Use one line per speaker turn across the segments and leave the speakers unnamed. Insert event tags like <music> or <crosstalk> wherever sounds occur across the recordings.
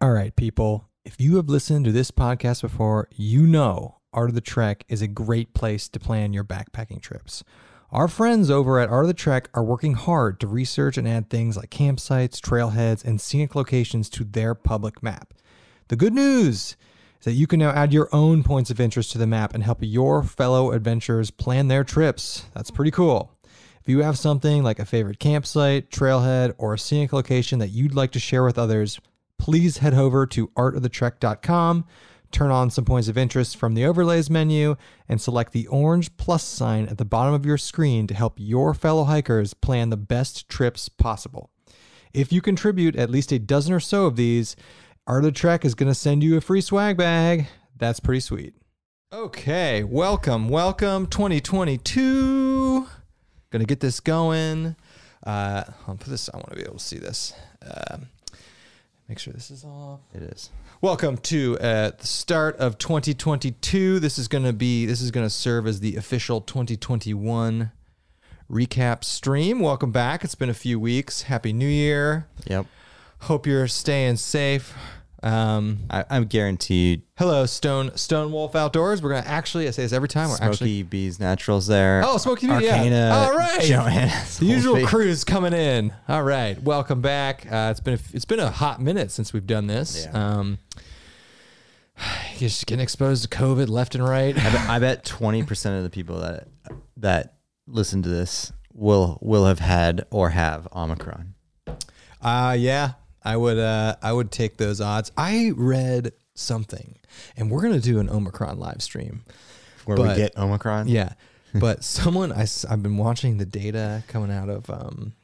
All right, people. If you have listened to this podcast before, you know Art of the Trek is a great place to plan your backpacking trips. Our friends over at Art of the Trek are working hard to research and add things like campsites, trailheads, and scenic locations to their public map. The good news is that you can now add your own points of interest to the map and help your fellow adventurers plan their trips. That's pretty cool. If you have something like a favorite campsite, trailhead, or a scenic location that you'd like to share with others, please head over to artofthetrek.com, turn on some points of interest from the overlays menu, and select the orange plus sign at the bottom of your screen to help your fellow hikers plan the best trips possible. If you contribute at least a dozen or so of these, Art of the Trek is going to send you a free swag bag. That's pretty sweet. Okay, welcome, welcome 2022. Gonna get this going. Uh, I'll put this, I want to be able to see this. Um, make sure this is off. It is. Welcome to uh, the start of 2022. This is gonna be, this is gonna serve as the official 2021 recap stream. Welcome back. It's been a few weeks. Happy New Year.
Yep.
Hope you're staying safe. Um,
I, I'm guaranteed
hello, Stone Stone Wolf Outdoors. We're gonna actually I say this every time. We're
Smoky
Oh, actually
Bees Naturals there.
oh Smoky Bee, yeah.
Arcana.
All right,
Joanna's
the usual
Wolfie.
crew's coming in. All right, welcome back. Uh, it's been a, it's been a hot minute since we've done this.
Yeah.
Um, you're just getting exposed to COVID left and right.
I bet- I bet twenty percent of the people that that listen to this will will have had or have Omicron.
<laughs> Uh yeah. I would uh I would take those odds. I read something and we're going to do an Omicron live stream.
Where
But-
we get
<laughs>
Omicron.
Yeah. But someone I have been watching the data coming out of um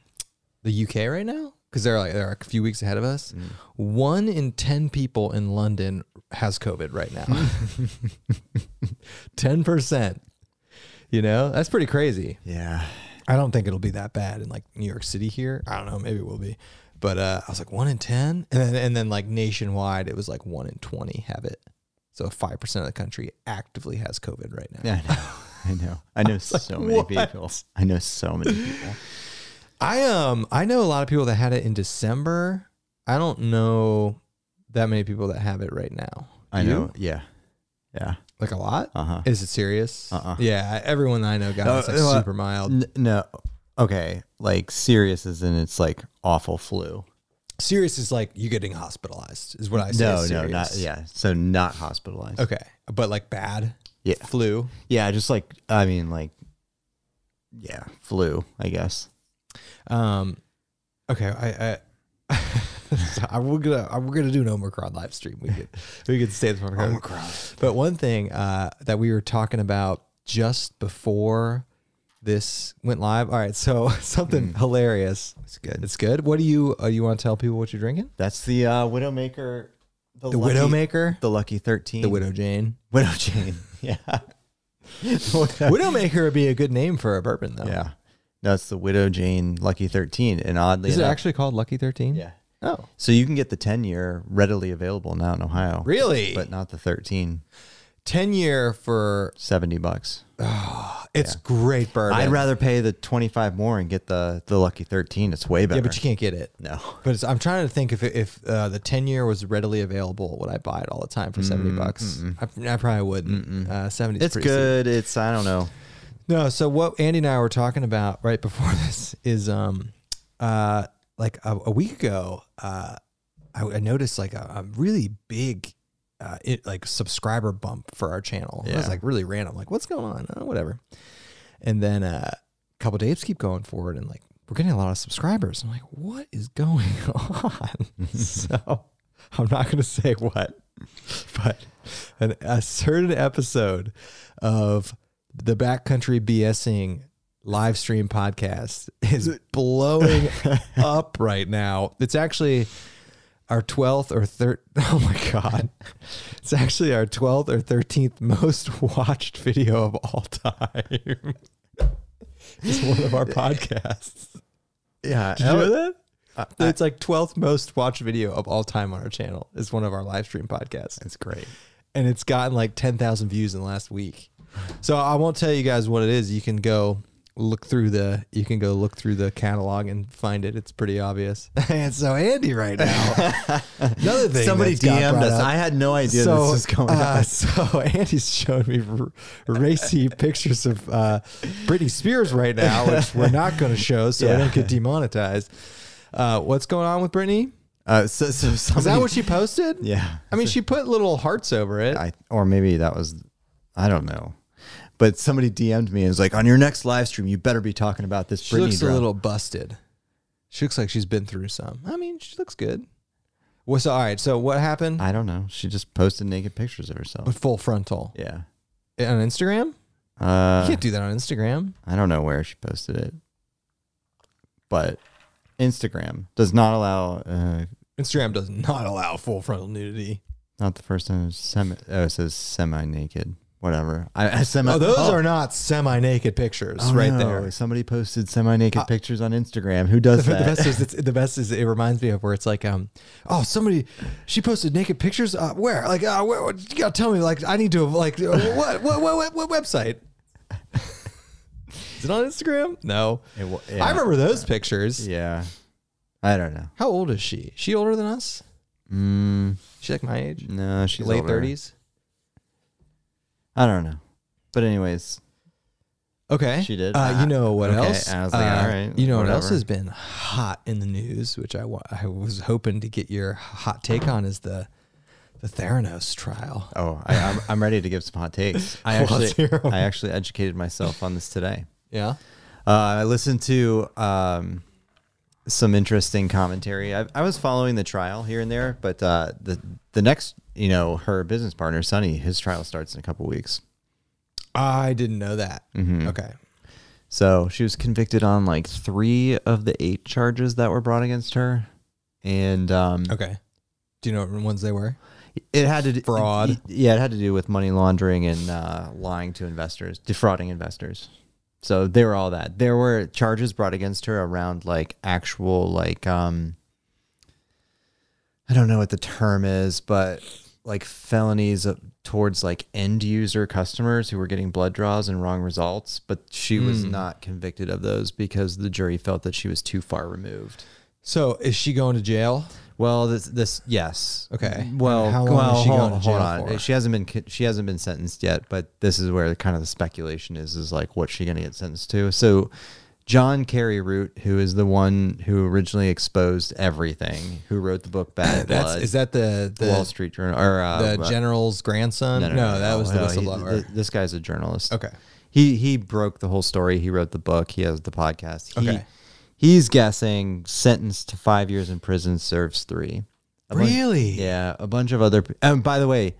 the UK right now cuz they're like they're a few weeks ahead of us. 1 in 10 people in London has COVID right now. <laughs> 10%. You know? That's pretty crazy.
Yeah.
I don't think it'll be that bad in like New York City here. I don't know, maybe it will be. But uh, I was like one in ten, and then and then like nationwide, it was like one in twenty have it. So five percent of the country actively has COVID right now.
Yeah, I know. <laughs> I
<laughs>
know. I know so many people. I know so many people.
I um I know a lot of people that had it in December. I don't know that many people that have it right now.
I
You?
know. Yeah. Yeah.
like a lot.
Uh huh.
Is it serious?
Uh-uh.
Yeah, everyone I know got it. It's,
Uh,
like
well,
super mild.
N- no. Okay. Like serious as in it's like awful flu.
serious is like you getting hospitalized is what I say.
No,
is
no,
serious.
not yeah. So not hospitalized.
Okay, but like bad.
Yeah.
flu.
Yeah, just like I mean, like yeah, flu, I guess.
Um, okay, I, I, <laughs> I we're gonna I, we're gonna do an Omicron live stream. We could we could stay the Omicron. But one thing uh, that we were talking about just before this went live. All right, so <laughs> something hilarious. It's
good.
It's good. What do you uh, you want to tell people what you're drinking?
That's the uh, Widowmaker.
The
lucky-
Widowmaker.
The Lucky Thirteen.
The Widow Jane.
Widow Jane. <laughs> yeah.
Widowmaker would be a good name for a bourbon though.
<laughs> yeah. No, it's the Widow Jane Lucky Thirteen, and oddly
Is it
enough,
actually called Lucky Thirteen?
yeah.
Oh,
So you can get the ten year readily available now in Ohio,
really?
but not the thirteen.
ten year for
Seventy bucks.
it's great bourbon.
I'd rather pay the twenty five more and get the the Lucky Thirteen. It's way better.
Yeah, but you can't get it.
no.
But it's, I'm trying to think if it- if uh, the ten year was readily available, would I buy it all the time for seventy bucks? I, I probably wouldn't. Uh, seventy.
Mm, It's good. It's I don't know.
No. So what Andy and I were talking about right before <laughs> this is um uh like a, a week ago uh I, I noticed like a, a really big. Uh, it like subscriber bump for our channel. It was
Yeah.
like really random. Like, what's going on? Uh, whatever. And then uh, a couple days keep going forward, and like we're getting a lot of subscribers. I'm like, what is going <laughs> on? so I'm not going to say what, but an, a certain episode of the Backcountry BSing live stream podcast is blowing up right now. It's actually our 12th or third <laughs> oh my god it's actually our 12th or 13th most watched video of all <laughs> time it's <laughs> one of our podcasts
Yeah.
Did you know that
Uh,
it's like 12th most watched video of all time on our channel is one of our live stream podcasts
It's great.
and it's <sighs> gotten like 10,000 views in the last week so i won't tell you guys what it is you can go look through the you can go look through the catalog and find it. It's pretty obvious. <laughs> it's so handy right <laughs> now. Another thing
Somebody
that got
DM'd
brought
us.
up-
I had no idea this was going
uh,
on.
So <laughs> Andy's showing me r-
<laughs>
racy pictures of uh, Britney Spears right now, which we're not
<laughs>
going to show, so I
Yeah.
don't get demonetized. Uh, what's going on with Britney?
<laughs> Uh, so, so somebody,
Is that what she posted?
<laughs> Yeah.
I mean, she put little hearts over it.
I or maybe that was I don't know. But somebody DM'd me and was like, "On your next live stream, you better be talking about this."
She
Britney
looks
drama."
a little busted. She looks like she's been through some. I mean, she looks good. Well, so all right. So what happened?
I don't know. She just posted naked pictures of herself.
But full frontal
Yeah.
on Instagram. Oh, You
Uh,
can't do that on Instagram.
I don't know where she posted it, but Instagram does not allow. Uh,
Instagram does not allow full frontal nudity.
not the first time. it was Semi. Oh, it says semi-naked. Whatever. I, I semi.
Oh, those
oh.
are not semi-naked pictures,
Oh,
right
no.
there. Uh,
Somebody posted semi-naked pictures on Instagram. Who
<laughs>
does
The
that?
best is it's, the best is it reminds me of where it's like um oh somebody she posted naked pictures uh, where like uh, where, what- you gotta tell me like I need to like uh, what <laughs> what what, what, what website is it on Instagram no
It wa-
I
yeah.
remember those pictures
Yeah. I don't know.
how old is she she older than us
Mm,
she like my age
no, she's
late
older.
thirties
I don't know. But anyways,
okay
She did?
uh, you know what
Okay,
else
I was like,
Uh,
all right,
you know what else
whatever.
has been hot in the news which I wa- I was hoping to get your hot take on is the the Theranos trial.
oh, I, I'm I'm ready to give some
<laughs>
hot takes. I
Well, let's
actually
hear 'em.
I actually educated myself on this today.
Yeah.
Uh, I listened to um, some interesting commentary. I, I was following the trial here and there, but uh, the the next, you know, her business partner Sonny, his trial starts in a couple weeks. Mm-hmm.
I didn't know that.
Mm.
Okay.
So she was convicted on like three of the eight charges that were brought against her, and um,
Okay. Do you know what ones they were?
it had to do,
Fraud.
y- Yeah, it had to do with money laundering and uh, lying to investors, defrauding investors. So they were all that. There were charges brought against her around like actual like um, I don't know what the term is, but like felonies of, towards like end user customers who were getting blood draws and wrong results. But she was not convicted of those because the jury felt that she was too far removed.
So is she going to jail?
Well, this this yes.
Okay.
Well,
And how long
well,
is she
hold,
going to
hold
jail
on.
for?
She hasn't been con- she hasn't been sentenced yet, but this is where the kind of the speculation is is like what's she going to get sentenced to? So John Kerry Root, who is the one who originally exposed everything, who wrote the book Bad
<coughs> That's
Blood,
is that the the,
Wall Street Journal or uh,
the general's grandson? No, that was the
he-
whistleblower.
th- this guy's a journalist.
okay.
He he broke the whole story. He wrote the book. He has the podcast. He,
Okay.
He's guessing sentenced to five years in prison, serves three. A bunch-
Really?
yeah. A bunch of other. And by the way,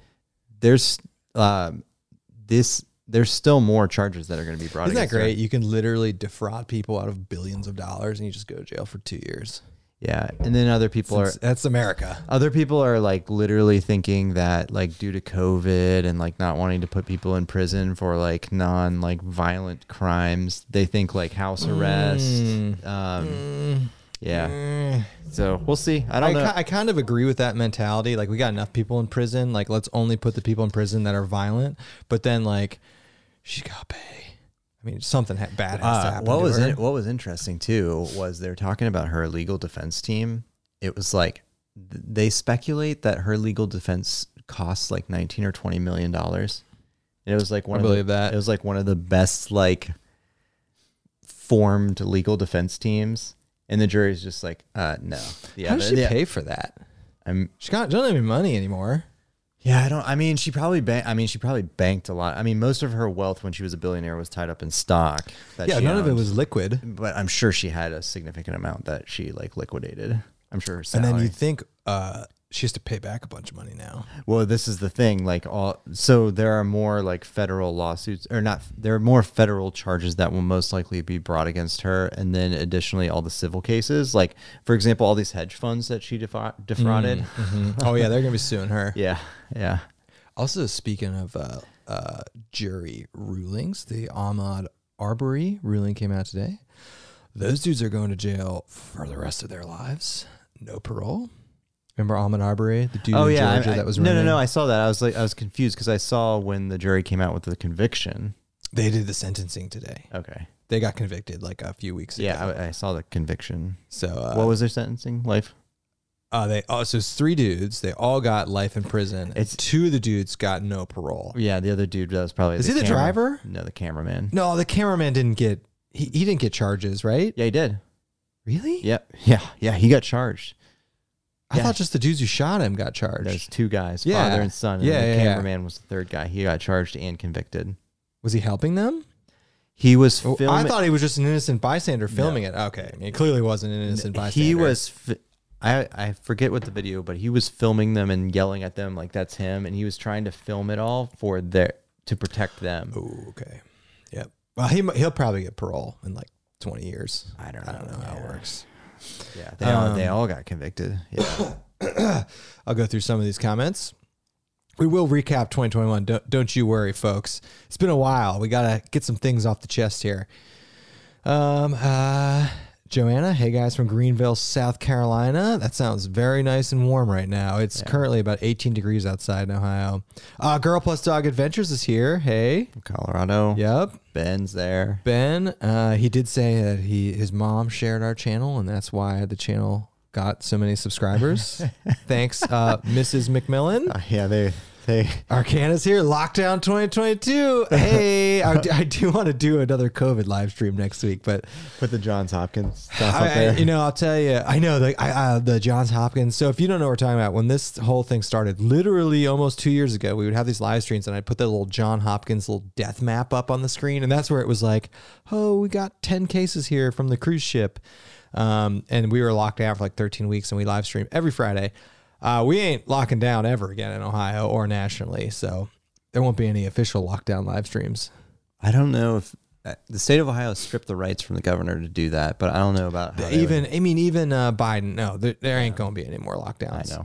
there's um, this. There's still more charges that are going to be brought.
Isn't that
against her.
great? You can literally defraud people out of billions of dollars and you just go to jail for two years.
Yeah. And then other people are
That's, that's America.
other people are like literally thinking that like due to covid and like not wanting to put people in prison for like non like violent crimes they think like house arrest um yeah
Mm.
so we'll see i
I,
don't
ki-
know
I kind of agree with that mentality. Like, we got enough people in prison. Like, let's only put the people in prison that are violent. But then, like, she got pay. I mean, something ha- bad has to
uh,
happen.
what
to
was
her.
in, what was interesting too was they're talking about her legal defense team it was like th- they speculate that her legal defense costs like 19 or 20 million dollars it was like one
I
of the-
believe that.
It was like one of the best like formed legal defense teams, and the jury's just like, uh, no. Yeah,
How does
the-
she
the-
pay for that?
I'm,
She got, doesn't have any money anymore.
yeah, I don't. I mean, she probably. Ban- I mean, she probably banked a lot. I mean, most of her wealth when she was a billionaire was tied up in stock. That
yeah,
she
none of it
owned.
was liquid.
But I'm sure she had a significant amount that she like liquidated. I'm sure her
And
salary.
then you think uh, she has to pay back a bunch of money now.
Well, this is the thing. Like all, so there are more like federal lawsuits, or not. There are more federal charges that will most likely be brought against her, and then additionally all the civil cases. Like for example, all these hedge funds that she defra- defrauded.
oh yeah, they're gonna be suing her.
Yeah, yeah.
Also, speaking of uh, uh, jury rulings, the Ahmad Arbery ruling came out today. Those dudes are going to jail for the rest of their lives. No parole. Remember Ahmad Arbery, the dude
oh
in
yeah. I-
Georgia
I-
that was
no, no,
running?
no. I saw that. I was like, I was confused because I saw when the jury came out with the conviction.
They did the sentencing today.
Okay.
They got convicted like a few weeks
Yeah,
ago.
I, I saw the conviction.
So uh,
what was their sentencing? Life.
uh, they oh, so it's three dudes. They all got life in prison. It's
It's-
two of the dudes got no parole.
Yeah, the other dude that was probably.
Is he the
camera-
driver?
No, the cameraman.
No, the cameraman didn't get he, he didn't get charges, right?
Yeah, he did.
Really?
Yep. Yeah, yeah, he got charged.
I
Yeah.
thought just the dudes who shot him got charged.
There's two guys,
Yeah.
father and son. And
Yeah,
the
yeah, yeah.
cameraman was the third guy. He got charged and convicted.
Was he helping them?
He was
Oh,
filming.
I thought he was just an innocent bystander filming it. Okay, I mean, he clearly wasn't an innocent bystander.
he was. Fi- I I forget what the video, but he was filming them and yelling at them like that's him, and he was trying to film it all for their to protect them.
Ooh, okay. Yep. Well, he mi- he'll probably get parole in like 20 years.
I don't
I don't
know.
know how it works.
Yeah, they all they all got convicted. Yeah,
I'll go through some of these comments. We will recap 2021. Don't, don't you worry, folks. It's been a while. We got to get some things off the chest here. Um, uh, Joanna, hey guys from Greenville, South Carolina. That sounds very nice and warm right now. It's currently about 18 degrees outside in Ohio. Uh, Girl Plus Dog Adventures is here. Hey.
Colorado.
Yep.
Ben's there.
Ben, uh, he did say that he his mom shared our channel, and that's why the channel got so many subscribers. Thanks, uh, Mrs. McMillan.
Uh, yeah, they they
Arcana's here. Lockdown 2022. Hey, I, I do want to do another COVID live stream next week, but
put the Johns Hopkins <laughs> stuff
I,
up
I-
there.
you know, I'll tell you. I know the I, I, the Johns Hopkins. So if you don't know what we're talking about, when this whole thing started, literally almost two years ago, we would have these live streams, and I'd put that little John Hopkins little death map up on the screen, and that's where it was like, oh, we got ten cases here from the cruise ship, um, and we were locked down for like thirteen weeks, and we live stream every Friday. Uh, we ain't locking down ever again in Ohio or nationally, so there won't be any official lockdown live streams.
I don't know if uh, the state of Ohio stripped the rights from the governor to do that, but I don't know about how they would-
Even I mean, even uh, Biden. No, there, there ain't gonna be any more
I
lockdowns.
know.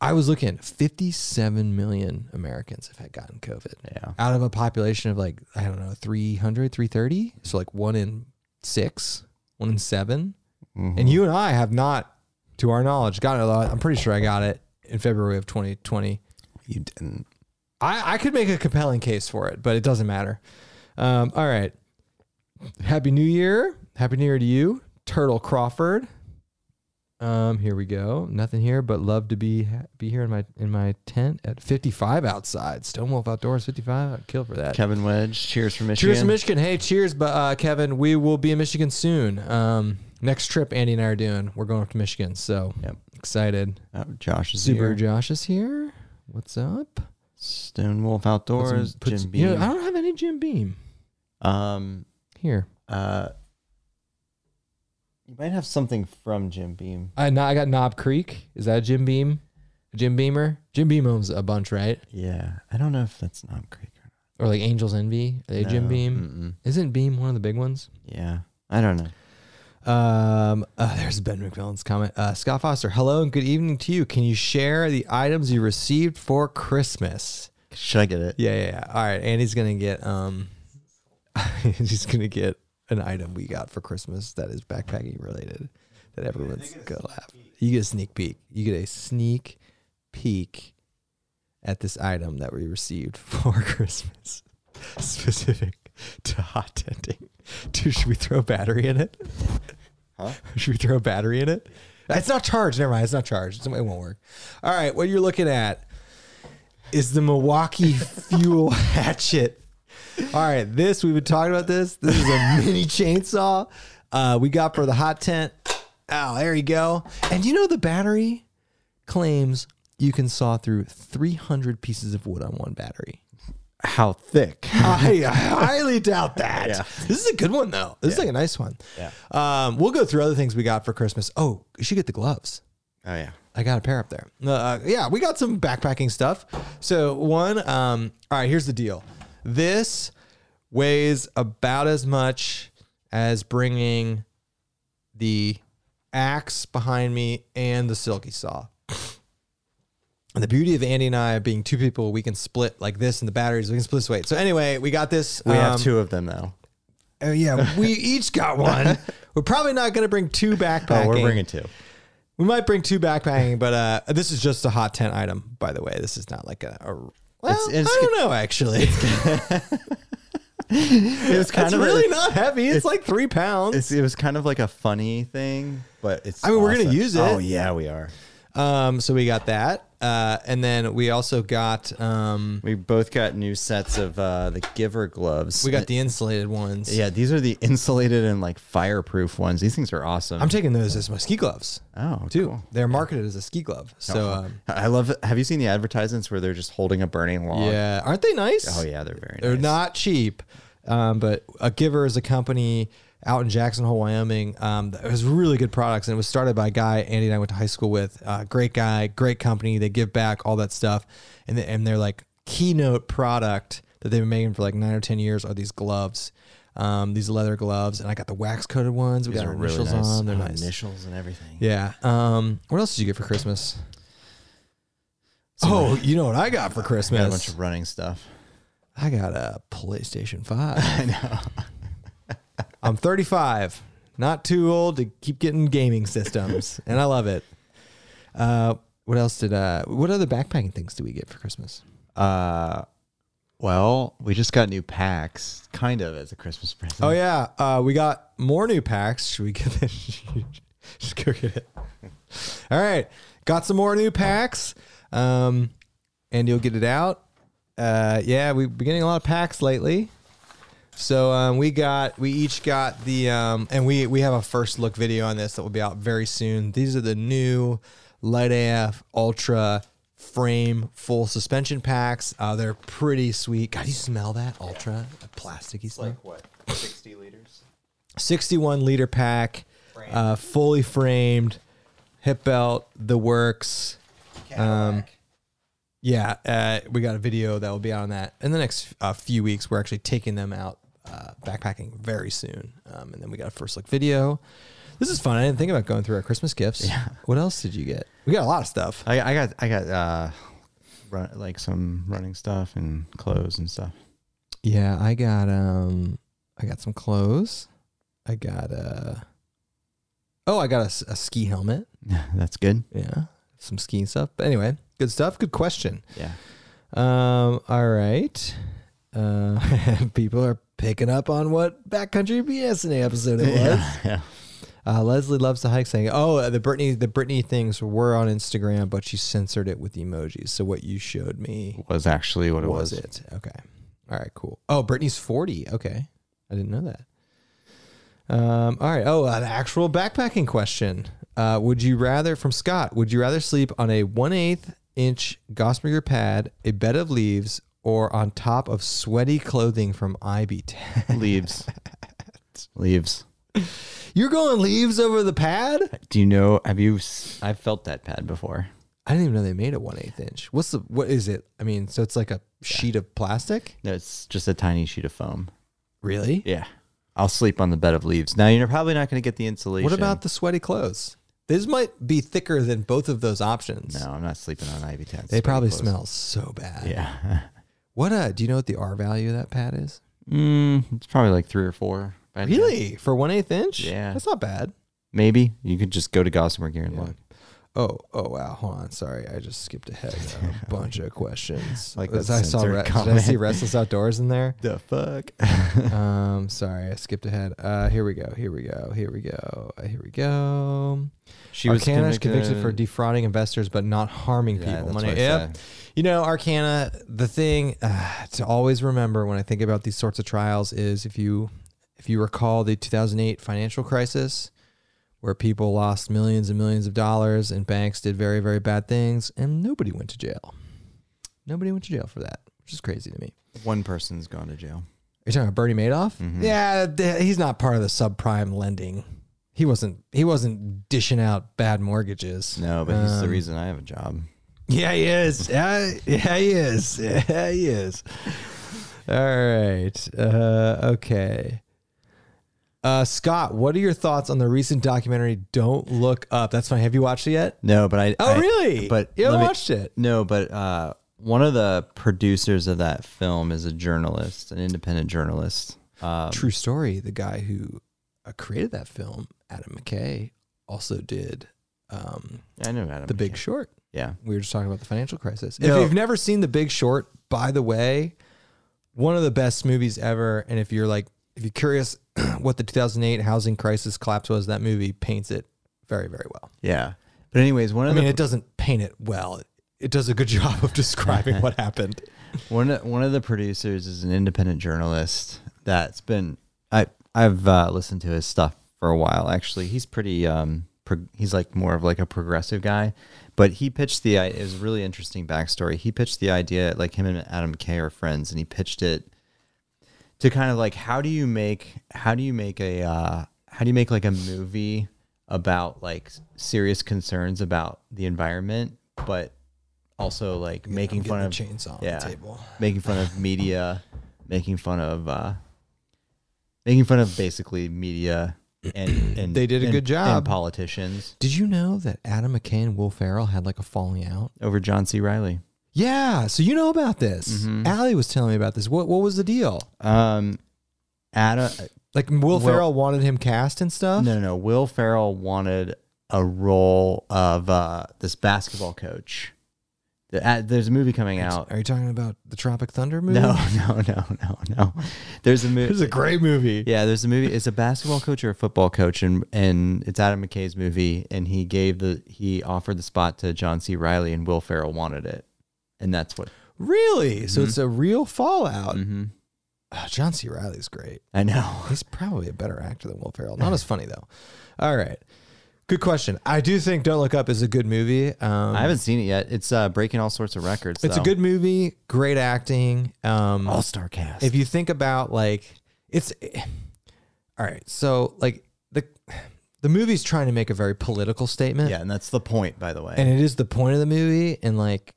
I was looking. Fifty-seven million Americans have had gotten COVID
Yeah.
out of a population of like I don't know 300, 330. So like one in six, one in 7
Mm-hmm.
And you and I have not, to our knowledge, gotten it. I'm pretty sure I got it in February of 2020.
You didn't.
I, I could make a compelling case for it, but it doesn't matter. Um, all right. Happy New Year. Happy New Year to you, Turtle Crawford. Um, here we go. Nothing here, but love to be be here in my in my tent at 55 outside. Stonewolf Outdoors 55. I'd kill for that.
Kevin Wedge, cheers from Michigan.
cheers to Michigan. Hey, cheers, but uh, Kevin, we will be in Michigan soon. Um, next trip Andy and I are doing. We're going up to Michigan, so
Yep.
excited.
Oh, Josh is
Super
here.
Josh is here. What's up?
Stone Wolf
Put some-
Outdoors.
put
Jim
some-
Beam.
you know, I don't have any Jim Beam.
um.
Here.
Uh. You might have something from Jim Beam.
I no, I got Knob Creek. Is that a Jim Beam? A Jim Beamer? Jim Beam owns a bunch, right?
Yeah, I don't know if that's not Creek. Or
Or like Angels Envy? Are they
not.
Jim
No,
Beam?
mm-mm.
Isn't Beam one of the big ones?
Yeah, I don't know.
Um, uh, there's Ben McMillan's comment. Uh, Scott Foster, hello and good evening to you. Can you share the items you received for Christmas?
Should I get it?
Yeah, yeah, yeah. All right, Andy's gonna get um, <laughs> he's gonna get an item we got for Christmas that is backpacking related that everyone's gonna laugh. You get a sneak peek. You get a sneak peek at this item that we received <laughs> for Christmas, <laughs> specific to hot tenting. <laughs> Dude, should we throw a battery in it?
Huh?
<laughs> Should we throw a battery in it? It's not charged. Never mind. It's not charged. It won't work. All right. What you're looking at is the
<laughs>
Milwaukee Fuel Hatchet. All right. This, we've been talking about this. This is a mini chainsaw uh, we got for the hot tent. Oh, there you go. And you know, the battery claims you can saw through 300 pieces of wood on one battery.
How thick?
I highly doubt that.
Yeah.
This is a good one though. This is like a nice one.
<laughs> Yeah.
Um, we'll go through other things we got for Christmas. Oh, you should get the gloves.
Oh yeah.
I got a pair up there. Uh, Uh, yeah, we got some backpacking stuff. So one, um, all right, here's the deal. This weighs about as much as bringing the axe behind me and the silky saw. And the beauty of Andy and I being two people, we can split like this, and the batteries we can split this weight. So anyway, we got this.
We
um,
have two of them now.
oh, yeah, we each got
<laughs>
one. We're probably not going to bring two backpacking.
Oh, we're bringing two.
We might bring two backpacking, but uh, this is just a hot tent item, by the way. This is not like a. a well,
It's- it's
I don't know actually.
it was kind
<laughs> It's
of a-
really not heavy. It's,
it's-
like three pounds.
it's, it was kind of like a funny thing, but it's.
I mean, we're gonna use it.
Oh yeah, we are.
Um, so we got that, uh, and then we also got um,
We both got new sets of uh, the Giver gloves.
we got the insulated ones.
<laughs> Yeah, these are the insulated and like fireproof ones. These things are awesome.
I'm taking those as my ski gloves
oh,
too.
cool.
They're marketed as a ski glove. So um,
I love. Have you seen the advertisements where they're just holding a burning log?
yeah, aren't they nice?
Oh yeah, they're very.
They're
nice.
not cheap, um, but a Giver is a company out in Jackson Hole, Wyoming. Um, that has really good products, and it was started by a guy Andy and I went to high school with. Uh, great guy, great company. They give back all that stuff, and they, and they're like keynote product that they've been making for like nine or ten years are these gloves, um, these leather gloves, and I got the wax coated ones. We
These
got
are
our
really
initials
nice.
on. They're
Oh,
nice.
Initials and everything.
Yeah. Um, what else did you get for Christmas?
So
oh, you know what I got for
I
Christmas?
got a bunch of running stuff.
I got a PlayStation 5.
<laughs> I know.
<laughs> I'm 35, not too old to keep getting gaming systems, and I love it. Uh, what else did? Uh, what other backpacking things do we get for Christmas?
Uh, well, we just got new packs, kind of as a Christmas present.
Oh yeah, uh, we got more new packs. Should we get this? <laughs> Just go get it. All right, got some more new packs, um, and you'll get it out. Uh, yeah, we've been getting a lot of packs lately. So um, we got we each got the um, and we we have a first look video on this that will be out very soon. These are the new Light AF Ultra frame full suspension packs. Uh, they're pretty sweet. God, you smell that Ultra plasticky smell.
what? Sixty liters.
61 liter pack, uh, fully framed, hip belt, the works.
Um,
Yeah, uh, we got a video that will be out on that in the next uh, few weeks. We're actually taking them out uh, backpacking very soon, um, and then we got a first look video. This is fun. I didn't think about going through our Christmas gifts. Yeah. What else did you get? We got a lot of stuff.
I, I got I got uh, run, like some running stuff and clothes and stuff. <laughs>
Yeah, I got um, I got some clothes. I got uh, oh, I got a s a a ski helmet.
That's good.
Yeah, some skiing stuff. But anyway, good stuff. Good question.
Yeah.
Um, all right. Uh, <laughs> people are picking up on what Backcountry BSNA episode it was.
Yeah. <laughs> yeah.
Uh, Leslie loves to hike saying, "Oh, uh, the Britney, the Britney things were on Instagram, but she censored it with emojis. So what you showed me
Was actually what it
was
was.
it? Okay. All right. Cool. Oh, Britney's forty. Okay, I didn't know that. Um. All right. Oh, an actual backpacking question. Uh, would you rather from Scott? Would you rather sleep on a one eighth inch gossamer pad, a bed of leaves, or on top of sweaty clothing from IB Ten?
<laughs> Leaves. Leaves.
<laughs> You're going leaves over the pad?
Do you know? Have you? s- I've felt that pad before.
I didn't even know they made a one eighth inch. What's the what is it? I mean, so it's like a sheet of plastic.
No, it's just a tiny sheet of foam.
Really?
Yeah. I'll sleep on the bed of leaves. Now you're probably not going to get the insulation.
What about the sweaty clothes? This might be thicker than both of those options.
No, I'm not sleeping on Ivy Tents.
They probably smell so bad.
<laughs> Yeah.
What uh do you know what the R value of that pad is?
Mm, it's probably like three or four. I'd guess.
Really? For one eighth inch?
Yeah.
That's not bad.
Maybe you could just go to Gossamer Gear and look.
Oh, oh wow, hold on. Sorry, I just skipped ahead
<laughs>
a bunch of questions.
Like
Was
that
I saw
censored
re- did I
comment.
see
<laughs>
Restless Outdoors in there?
The fuck.
um, sorry, I skipped ahead. Uh, here we go. Here we go. Here we go. uh, Here we go.
She was
Arcana is convicted for
convicted-
defrauding investors but not harming
Yeah,
people.
that's
Money.
what I
Yep.
said.
You know, Arcana. The thing uh, to always remember when I think about these sorts of trials is if you if you recall the 2008 financial crisis where people lost millions and millions of dollars and banks did very very bad things and nobody went to jail. Nobody went to jail for that, which is crazy to me.
One person's gone to jail.
Are you talking about Bernie Madoff?
Mm-hmm.
Yeah, th- he's not part of the subprime lending. He wasn't. He wasn't dishing out bad mortgages.
No, but he's the
Um,
reason I have a job.
Yeah, he is. Yeah, yeah, he is. <laughs> Yeah, he is. All right. Uh, okay. Uh, Scott, what are your thoughts on the recent documentary "Don't Look Up"? That's funny. Have you watched it yet?
No, but I.
Oh,
I-
really?
But
you haven't
let me-
watched it.
No, but uh, one of the producers of that film is a journalist, an independent journalist. Um,
True story. The guy who uh, created that film, Adam McKay, also did um,
I know Adam.
The Big
McKay.
Short.
yeah.
we were just talking about the financial crisis. If
No.
you've never seen The Big Short, by the way, one of the best movies ever. And if you're like, if you're curious <clears throat> what the 2008 housing crisis collapse was, that movie paints it very, very well.
Yeah. But anyways, one
I
of
mean,
the
it doesn't paint it well. It does a good <laughs> job of describing
<laughs>
what happened.
One of- one of the producers is an independent journalist that's been I I've uh, listened to his stuff for a while actually. He's pretty um pro- he's like more of like a progressive guy, but he pitched the i- it was a really interesting backstory. He pitched the idea like him and Adam Kay are friends, and he pitched it to kind of like how do you make how do you make a uh, how do you make like a movie about like s- serious concerns about the environment, but also like making
I'm
fun
getting
of
a chainsaw
yeah.
on the table.
making fun of media, making fun of uh, making fun of basically media
<clears throat>
and, and
They did a
and-
good
and
job.
politicians
Did you know that Adam McKay and Will Ferrell had like a falling out?
over John C. Riley.
Yeah, so you know about this.
Mm-hmm.
Allie was telling me about this. What what was the deal?
Um, Adam,
Like Will
Well-
Ferrell wanted him cast and stuff.
no, no, Will Farrell wanted a role of uh, this basketball coach. The, uh, there's a movie coming out.
Are you talking about the Tropic Thunder movie?
No, <laughs> no, no, no, no. There's a movie.
This is a great movie.
Yeah, there's a movie. It's a basketball coach or a football coach, and and it's Adam McKay's movie. And he gave the he offered the spot to John C. Riley, and Will Ferrell wanted it, and that's what.
Really? So
Mm-hmm.
it's a real fallout.
Mhm.
Ah, John C. Riley's great.
I know.
He's probably a better actor than Will Ferrell. Not as funny though. All right. Good question. I do think Don't Look Up is a good movie. Um,
I haven't seen it yet. It's uh, breaking all sorts of records.
It's a good movie. Great acting. Um,
all star cast.
if you think about like it's eh, all right so like the the movie's trying to make a very political statement
yeah, and that's the point, by the way.
and it is the point of the movie and like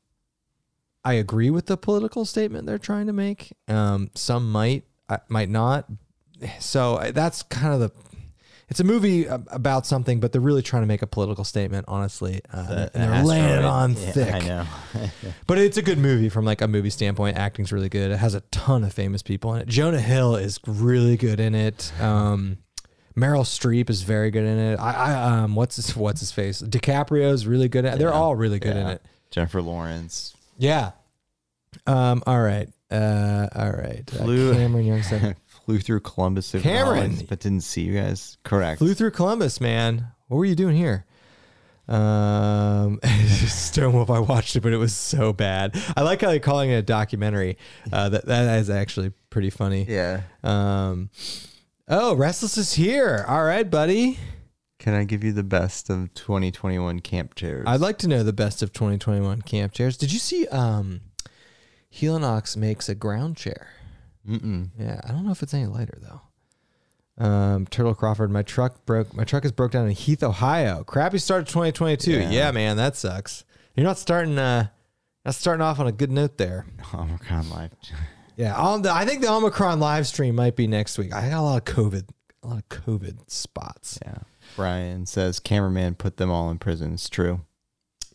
i agree with the political statement they're trying to make um some might I, might not so I- that's kind of the it's a movie ab- about something but they're really trying to make a political statement honestly uh,
The-
and
the
they're laying it
asteroid.
on
Yeah,
thick
I know.
but it's a good movie from like a movie standpoint. Acting's really good. It has a ton of famous people in it. Jonah Hill is really good in it. Um, Meryl Streep is very good in it. I, I um, what's his what's his face? DiCaprio's really good. At, They're all really good in
Yeah.
it.
Jennifer Lawrence.
Yeah. Um. All right. Uh. All right. Uh,
Flew-
Cameron Young said,
<laughs> Flew through Columbus to
Cameron!
Rollins, but didn't see you guys. Correct.
"Flew through Columbus, man. What were you doing here?" Um, <laughs> Stonewolf, I watched it, but it was so bad. I like how they're calling it a documentary. Uh, that that is actually pretty funny.
yeah.
Um, oh, Restless is here. All right, buddy.
Can I give you the best of 2021 camp chairs?
I'd like to know the best of 2021 camp chairs. Did you see um, Helinox makes a ground chair?
Mm-mm.
Yeah, I don't know if it's any lighter though. Um, Turtle Crawford, my truck broke. My truck is broke down in Heath, Ohio. Crappy start to 2022. Yeah,
Yeah.
man, that sucks. You're not starting. Uh, not starting off on a good note there.
Oh my god, life. <laughs>
Yeah, on the, I think the Omicron live stream might be next week. I got a lot of COVID, a lot of COVID spots.
Yeah. Brian says cameraman put them all in prison. It's true.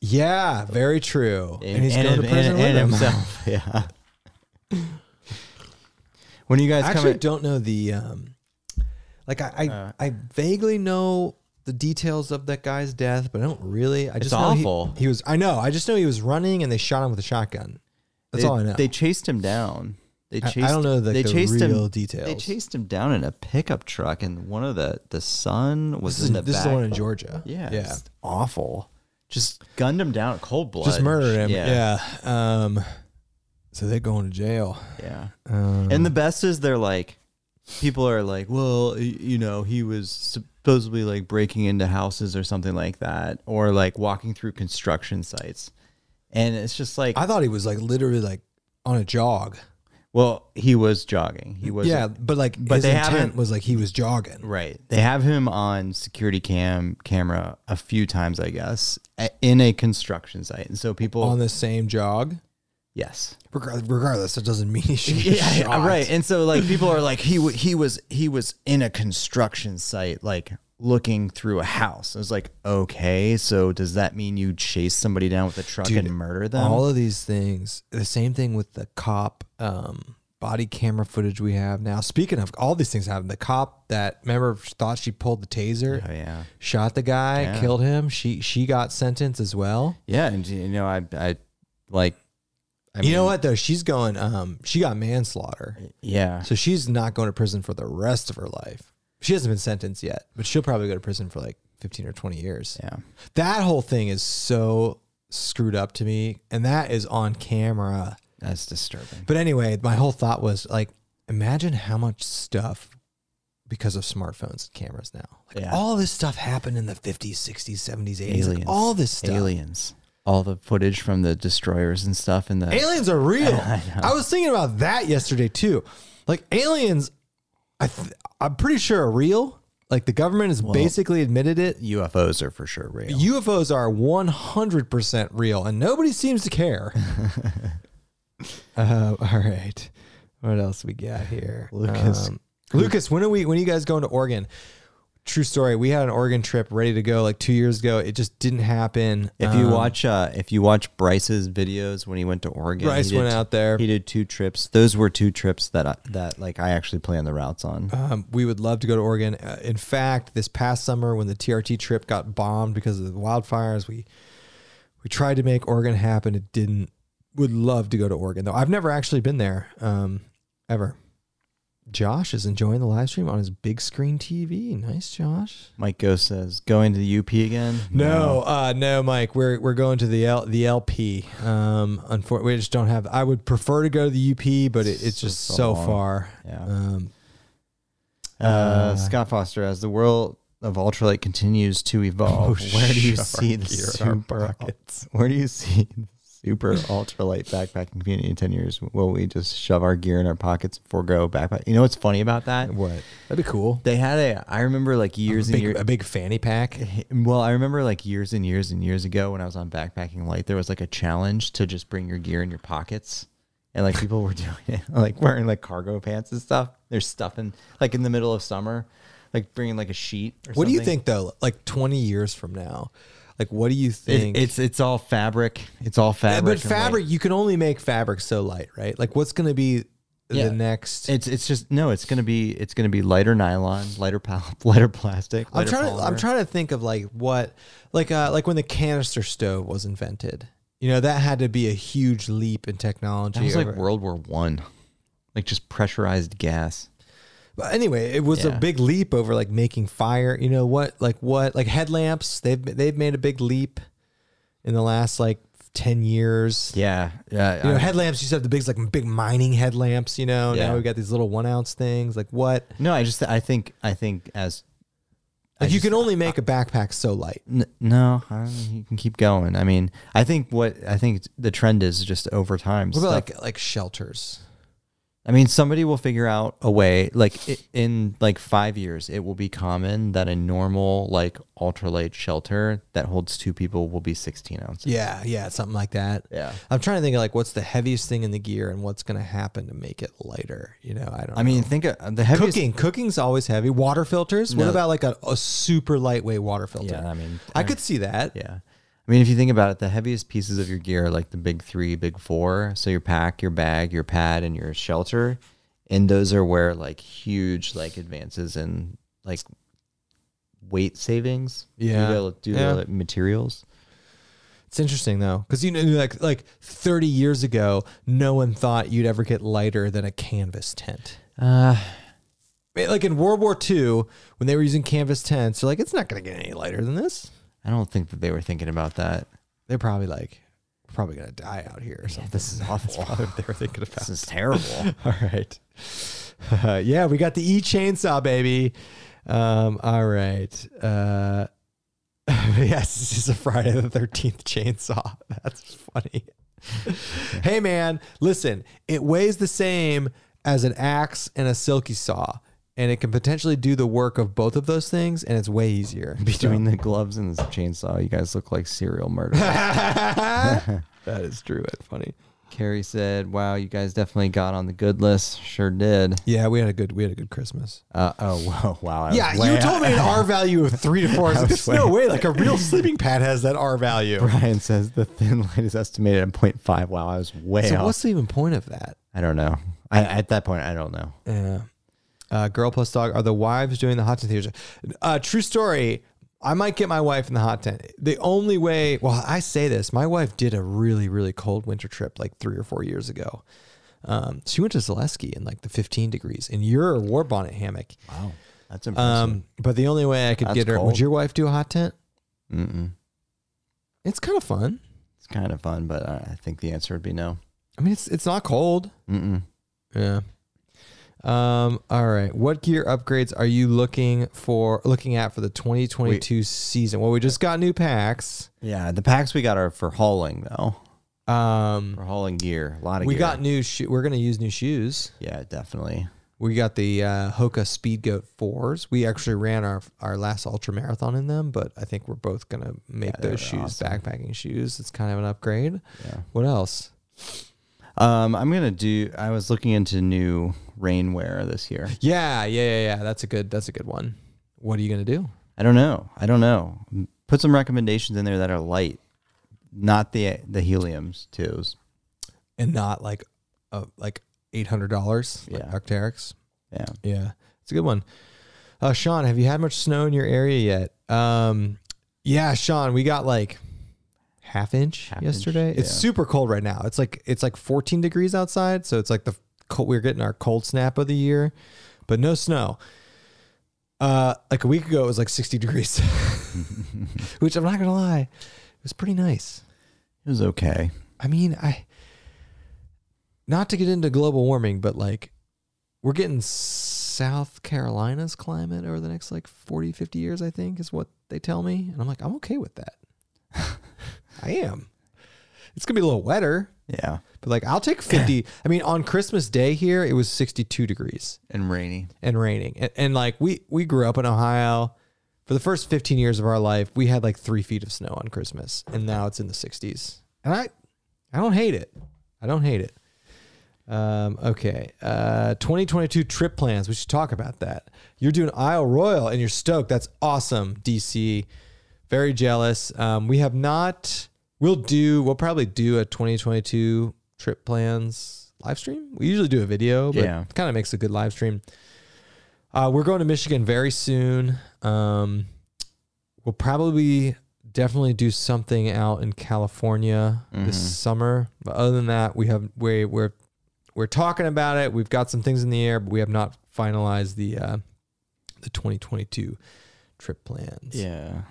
Yeah, very true. And, he's going to
him-
prison
and-
with
and
him.
himself. <laughs> yeah. When are you guys
I actually
coming?
don't know the um like I I,
Uh,
I vaguely know the details of that guy's death, but I don't really I just
It's
know he-
awful.
He, was I know, I just know he was running and they shot him with a shotgun. That's
they,
all I know.
They chased him down. They
I-
chased.
I don't know the,
they
the
chased
real
him.
details.
They chased him down in a pickup truck, and one of the the son was
this is,
in the
this is
back.
the one in Georgia.
yeah,
Yeah.
it's awful. Just gunned him down, cold blood.
Just murdered him. Yeah. Um so they're going to jail.
yeah.
Um,
And the best is they're like, people are like, well, y- you know, he was supposedly like breaking into houses or something like that, or like walking through construction sites. And it's just like,
I thought he was like literally like on a jog.
well, he was jogging. He was.
yeah, but like
but
his
they
intent
haven't-
was like he was jogging.
Right. They have him on security cam camera a few times, I guess, a- in a construction site. And so people,
on the same jog.
yes.
Regardless, regardless it doesn't mean <laughs> he should get
yeah, yeah,
shot.
right. And so like people are like he w- he was he was in a construction site like looking through a house. I was like, okay, so does that mean you chase somebody down with a truck
Dude,
and murder them?
All of these things. The same thing with the cop um, body camera footage we have now. Speaking of all these things happened, the cop that remember thought she pulled the taser,
oh yeah,
shot the guy,
Yeah.
killed him. She she got sentenced as well.
yeah. And you know, I I like I
you know what though? She's going. Um, she got manslaughter,
Yeah.
so she's not going to prison for the rest of her life. She hasn't been sentenced yet, but she'll probably go to prison for like fifteen or twenty years.
Yeah.
That whole thing is so screwed up to me, and that is on camera.
That's disturbing.
But anyway, my whole thought was like, imagine how much stuff because of smartphones and cameras now. Like
Yeah.
all this stuff happened in the 50s, 60s, 70s, 80s. like,
Aliens.
all this stuff.
Aliens. All the footage from the destroyers and stuff and the
Aliens are
<laughs>
real. I, was thinking about that yesterday too. Like aliens, I th- I'm pretty sure are real. Like the government has basically admitted it.
UFOs are for sure real.
UFOs are 100% real and nobody seems to
<laughs>
care. uh, all right. What else we got here?
Lucas.
Um, Lucas, when are we when are you guys going to Oregon? True story. We had an Oregon trip ready to go like 2 years ago. It just didn't happen.
If you
Um,
watch, uh, if you watch Bryce's videos when he went to Oregon,
Bryce
he did-
went out there.
He did two trips. Those were two trips that I, that like I actually plan the routes on.
um, we would love to go to Oregon. Uh, in fact, this past summer when the TRT trip got bombed because of the wildfires, we we tried to make Oregon happen. It didn't. Would love to go to Oregon though. I've never actually been there um, ever. Josh is enjoying the live stream on his big screen TV. Nice, Josh.
Mike Go says going to the UP again.
No, uh, no, Mike. We're we're going to the L, the LP. Um, unfor- we just don't have. I would prefer to go to the UP, but it, it's
So-
just
so
so
long.
far.
Yeah.
Um,
Uh, Scott Foster, as the world of ultralight continues to evolve,
Oh,
where do you
shark,
see the
you're in our
super? Where do you see the super ultralight backpacking community in ten years? Will we just shove our gear in our pockets and forego backpack? You know what's funny about that?
what? That'd be cool.
They had a. I remember like years
a
and
big,
years.
a big fanny
<laughs>
pack.
Well, I remember like years and years and years ago when I was on backpacking light, there was like a challenge to just bring your gear in your pockets. And like people were <laughs> doing it, like wearing like cargo pants and stuff. They're stuffing like in the middle of summer, like bringing like a sheet. Or
What do you
something.
think though? Like twenty years from now, like what do you
It-
think?
it's it's all fabric. It's all
Yeah,
fabric.
but
and, like,
fabric. You can only make fabric so light, right? Like what's going to be
Yeah.
the next?
it's it's just no. It's gonna be it's gonna be lighter nylon, lighter pal, <laughs> lighter plastic.
I'm
lighter
trying. To, I'm
polymer.
trying to think of like what, like uh, like when the canister stove was invented. You know that had to be a huge leap in technology.
That was like
over-
World War One, like just pressurized gas.
But anyway, it was
Yeah.
a big leap over like making fire. You know what? Like what? Like headlamps. They've they've made a big leap in the last like ten years.
Yeah, yeah.
You know,
I-
headlamps used to have the big like big mining headlamps. You know,
Yeah.
now we got these little one ounce things. Like what?
No, I just I think I think as
Like you
just-
can only make a backpack so light.
n- no, I don't- you can keep going. I mean, I think what I think the trend is just over time.
What about
stuff-
like like shelters?
I mean, somebody will figure out a way. Like i in like five years, it will be common that a normal like ultralight shelter that holds two people will be sixteen ounces.
Yeah, yeah, something like that.
Yeah.
I'm trying to think of like what's the heaviest thing in the gear and what's going to happen to make it lighter. You know, I uh, don't.
I mean, think of the heaviest.
cooking cooking's always heavy water filters what
No.
about like a, a super lightweight water filter
Yeah, I mean,
i could see that
Yeah. I mean, if you think about it, the heaviest pieces of your gear are like the big three, big four. So your pack, your bag, your pad, and your shelter. And those are where like huge like advances in like weight savings. due to
Yeah.
the- Due to
Yeah.
the materials.
it's interesting though because you know like like 30 years ago no one thought you'd ever get lighter than a canvas tent
Uh,
I mean, like in world war ii when they were using canvas tents they're like it's not going to get any lighter than this
I don't think that they were thinking about that.
they're probably like we're probably going to die out here or something <laughs>
This is awful.
they were thinking about
<laughs> this
<laughs>
is terrible.
All right. yeah, we got the e chainsaw, baby. Um, all right. Uh, <laughs> yes, this is a Friday the 13th chainsaw. <laughs> That's funny. <laughs> hey, man, listen, it weighs the same as an axe and a silky saw, and it can potentially do the work of both of those things, and it's way <laughs> easier.
Between the gloves and this chainsaw, you guys look like
<laughs>
serial murderers.
that is true and funny.
Carrie said, "Wow, you guys definitely got on the good list. Sure did."
Yeah, we had a good we had a good Christmas.
Uh, oh <laughs> wow, wow! I was
Yeah,
way
you told me an R value of three to four. I was like, There's no way. Like a real sleeping pad has that R value.
Brian says the thin <laughs> line is estimated at 0.5. Wow, I was way
So
off.
what's the even point of that?
I don't know. I, at that point, I don't know.
Yeah. Uh, girl plus dog. Are the wives doing the hot tub theater? Uh, true story. I might get my wife in the hot tent. The only way, well, I say this, my wife did a really, really cold winter trip like three or four years ago. Um, she went to Zaleski in like the 15 degrees in your war bonnet hammock.
Wow, that's impressive.
Um, but the only way I could
That's
get her, would
cold.
your wife do a hot tent?
Mm-mm.
It's kind of fun.
It's kind of fun, but I I think the answer would be no.
I mean, it's it's not cold.
Mm-mm.
Yeah. Um. All right. What gear upgrades are you looking for? Looking at for the 2022 season? Well, we just got new packs.
Yeah, the packs we got are for hauling though.
Um.
For hauling gear, a lot of
We
gear.
got new. Sho- we're gonna use new shoes.
yeah, definitely.
We got the uh, Hoka Speed Goat fours. We actually ran our our last ultra marathon in them, but I think we're both gonna make
Yeah, they
those
were
shoes
awesome.
backpacking shoes. It's kind of an upgrade.
Yeah.
What else?
Um, I'm gonna do. I was looking into new rainwear this year.
Yeah. Yeah. Yeah. Yeah. That's a good. That's a good one. What are you gonna do?
I don't know. I don't know. Put some recommendations in there that are light, not the the heliums twos.
and not like uh, like eight hundred dollars. Yeah,
Yeah.
like Arcteryx.
Yeah.
Yeah, it's a good one. Uh, Sean, have you had much snow in your area yet? Um, yeah, Sean, we got like half inch
Half inch,
yesterday. It's
yeah.
super cold right now. It's like it's like fourteen degrees outside, so it's like the cold. We're getting our cold snap of the year, but no snow. Uh, like a week ago, it was like sixty degrees, <laughs> which I'm not gonna lie, it was pretty nice.
It was okay.
I mean, I not to get into global warming, but like we're getting South Carolina's climate over the next like 40, 50 years, I think, is what they tell me. And I'm like, I'm okay with that. <laughs> I am. It's going to be a little wetter,
Yeah,
but like I'll take <laughs> 50. I mean, on Christmas Day here, it was 62 degrees
and rainy.
and raining. And, and like we we grew up in Ohio. For the first 15 years of our life, we had like three feet of snow on Christmas, and now it's in the 60s. And I, I don't hate it. I don't hate it. Um, okay, uh, 2022 trip plans. We should talk about that. You're doing Isle Royal, and you're stoked. That's awesome, DC. Very jealous. Um, we have not. We'll do. We'll probably do a 2022 trip plans live stream. We usually do a video, but
Yeah.
it kind of makes a good live stream. Uh, we're going to Michigan very soon. Um, we'll probably definitely do something out in California this summer. But other than that, we have we we're we're talking about it. We've got some things in the air, but we have not finalized the uh, the 2022 trip plans.
Yeah,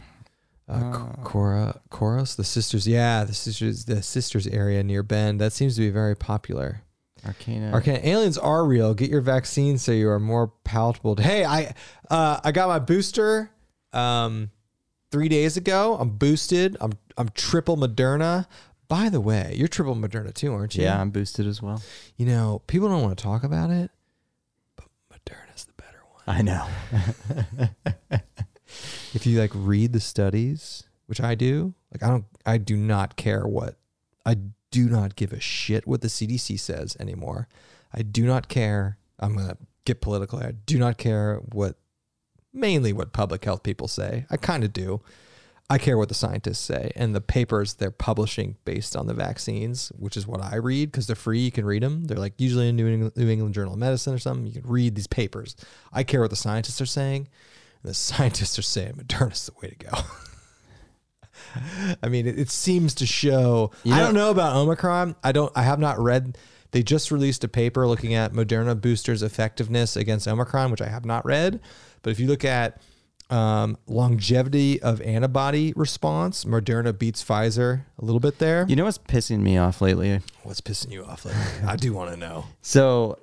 Uh, Ch- Cora, Coros, the sisters. Yeah, the sisters, the sisters area near Bend. That seems to be very popular.
Arcana.
Arcana aliens are real. Get your vaccine so you are more palatable. to- Hey, I uh, I got my booster um, three days ago. I'm boosted. I'm I'm triple Moderna. By the way, you're triple Moderna too, aren't you?
yeah, I'm boosted as well.
You know, people don't want to talk about it, but Moderna's the better one.
I know.
If you like read the studies, which I do, like I don't, I do not care what, I do not give a shit what the CDC says anymore. I do not care. I'm gonna get political. here. I do not care what, mainly what public health people say. I kind of do. I care what the scientists say and the papers they're publishing based on the vaccines, which is what I read because they're free. You can read them. They're like usually in New England, New England Journal of Medicine or something. You can read these papers. I care what the scientists are saying. And the <laughs> scientists are saying Moderna's the way to go. <laughs> I mean, it, it seems to show.
You
I
know-
don't know about Omicron. I don't. I have not read. They just released a paper looking at Moderna boosters' effectiveness against Omicron, which I have not read. But if you look at um, longevity of antibody response, Moderna beats Pfizer a little bit there.
You know what's pissing me off lately?
What's pissing you off? Like, I do want to
<laughs>
know.
So,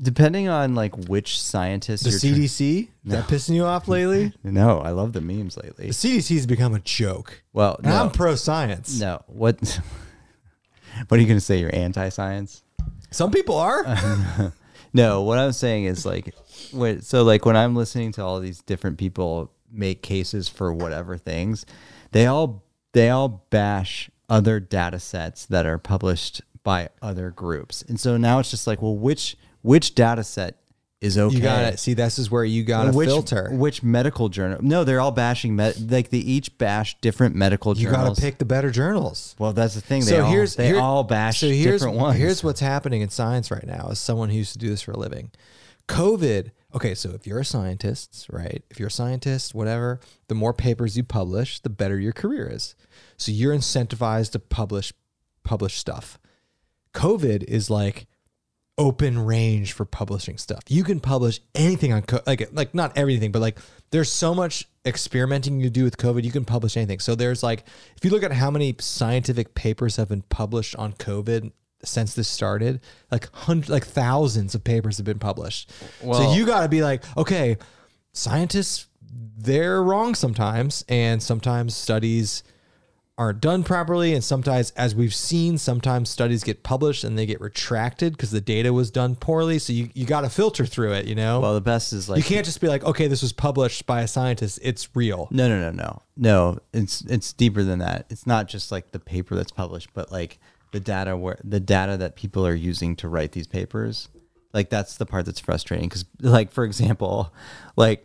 depending on like which scientist
The
you're tr-
CDC is that pissing you off
<laughs>
lately?
no, I love the memes lately.
The CDC's become a joke.
Well,
And
no,
I'm pro science.
no. What? <laughs> what are you gonna say? You're anti-science?
Some people
<laughs>
are.
No, what I'm saying is like, what, so like when I'm listening to all these different people make cases for whatever things, they all they all bash other data sets that are published by other groups, and so now it's just like, well, which which data set is okay?
You got to see. This is where you got to
which,
filter.
Which medical journal? No, they're all bashing med- like they each bash different medical
you
journals.
got to pick the better journals.
Well, that's the thing. They all they
here-
all bash
so here's,
different ones.
Here's what's happening in science right now. As someone who used to do this for a living, COVID. okay, so if you're a scientist, right? If you're a scientist, whatever, the more papers you publish, the better your career is. So you're incentivized to publish publish stuff. COVID is like open range for publishing stuff. You can publish anything on co- like like not everything, but like there's so much experimenting you do with COVID. You can publish anything. So there's like if you look at how many scientific papers have been published on COVID since this started, like hundred like thousands of papers have been published. so
Well-
you got to be like, okay, scientists they're wrong sometimes and sometimes studies aren't done properly and sometimes as we've seen sometimes studies get published and they get retracted because the data was done poorly so you, you got to filter through it you know
Well, the best is like
you can't just be like okay this was published by a scientist it's real
No, no, no, no, no. It's it's deeper than that. It's not just like the paper that's published, but like the data where the data that people are using to write these papers. Like that's the part that's frustrating because, like for example, like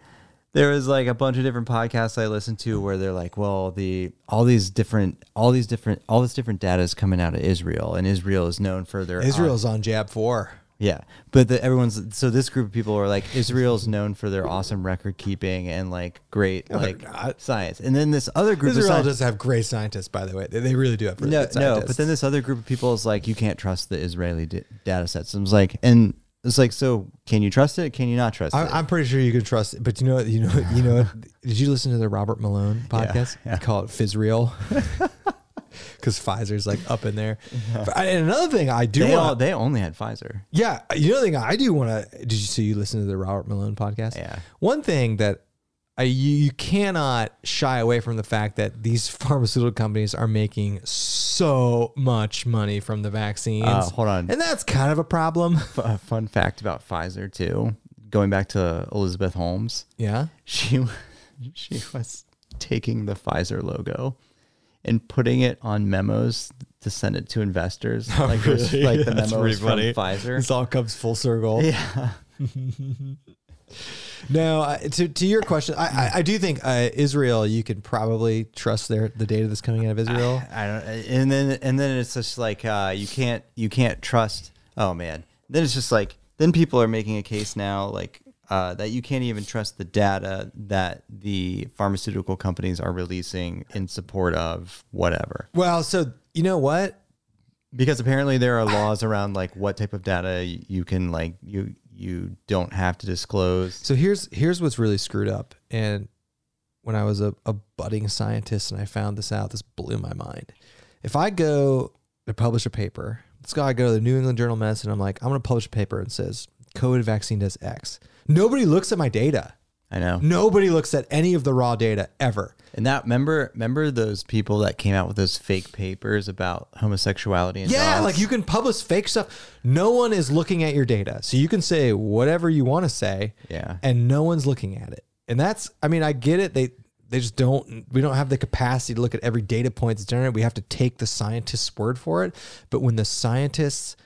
there was like a bunch of different podcasts I listened to where they're like, well, the all these different, all these different, all this different data is coming out of Israel, and Israel is known for their
israel's on jab 4
yeah, but the, everyone's so this group of people are like Israel's known for their awesome record keeping and like great like science, and then this other group of
Oh, israel
scientists.
does have great scientists by the way they, they really do have really
No,
good
no,
scientists
but then this other group of people is like you can't trust the Israeli d- data sets. And it's like, and it's like, so can you trust it? Can you not trust it?
I, I'm pretty sure you can trust it, but you know what? You know what? You know what?
<laughs>
Did you listen to the Robert Malone podcast?
yeah.
They call it
<laughs>
<laughs> Fizreal. Because Pfizer's like up in there. But I, and another thing I do
They all
want
they only had Pfizer.
yeah, you know, the thing I do want to. Did you see you listen to the Robert Malone podcast?
Yeah.
One thing that I, you, you cannot shy away from the fact that these <laughs> pharmaceutical companies are making so much money from the vaccines.
Uh, hold on.
And that's kind of a
<laughs>
problem.
F- uh, fun fact about Pfizer too. Going back to Elizabeth Holmes,
Yeah.
she <laughs> she was taking the Pfizer logo and putting it on memos to send it to investors,
Oh,
like
<laughs>
it was, like the memos from Pfizer.
This all comes full circle.
Yeah,
<laughs> No, I- to, to your question, I, I, I do think uh, Israel, you could probably trust their the data that's coming out of Israel.
<laughs> I don't. And then and then it's just like uh, you can't you can't trust. Oh man. Then it's just like then people are making a case now like. Uh, that you can't even trust the data that the pharmaceutical companies are releasing in support of whatever.
Well, so you know what?
because apparently there are laws around like what type of data y- you can like you you don't have to disclose
So here's here's what's really screwed up. And when I was a, a budding scientist and I found this out, this blew my mind. If I go to publish a paper, let's go I go to the New England Journal of Medicine, I'm like, I'm gonna publish a paper and says COVID vaccine does X. Nobody looks at my data.
i know
Nobody looks at any of the raw data ever.
and that remember remember those people that came out with those fake papers about homosexuality and
Yeah,
dogs?
like you can publish fake stuff. No one is looking at your data. So you can say whatever you want to say.
Yeah.
And no one's looking at it. And that's I mean, I get it. They they just don't we don't have the capacity to look at every data point that's generated. We have to take the scientist's word for it. But when the scientists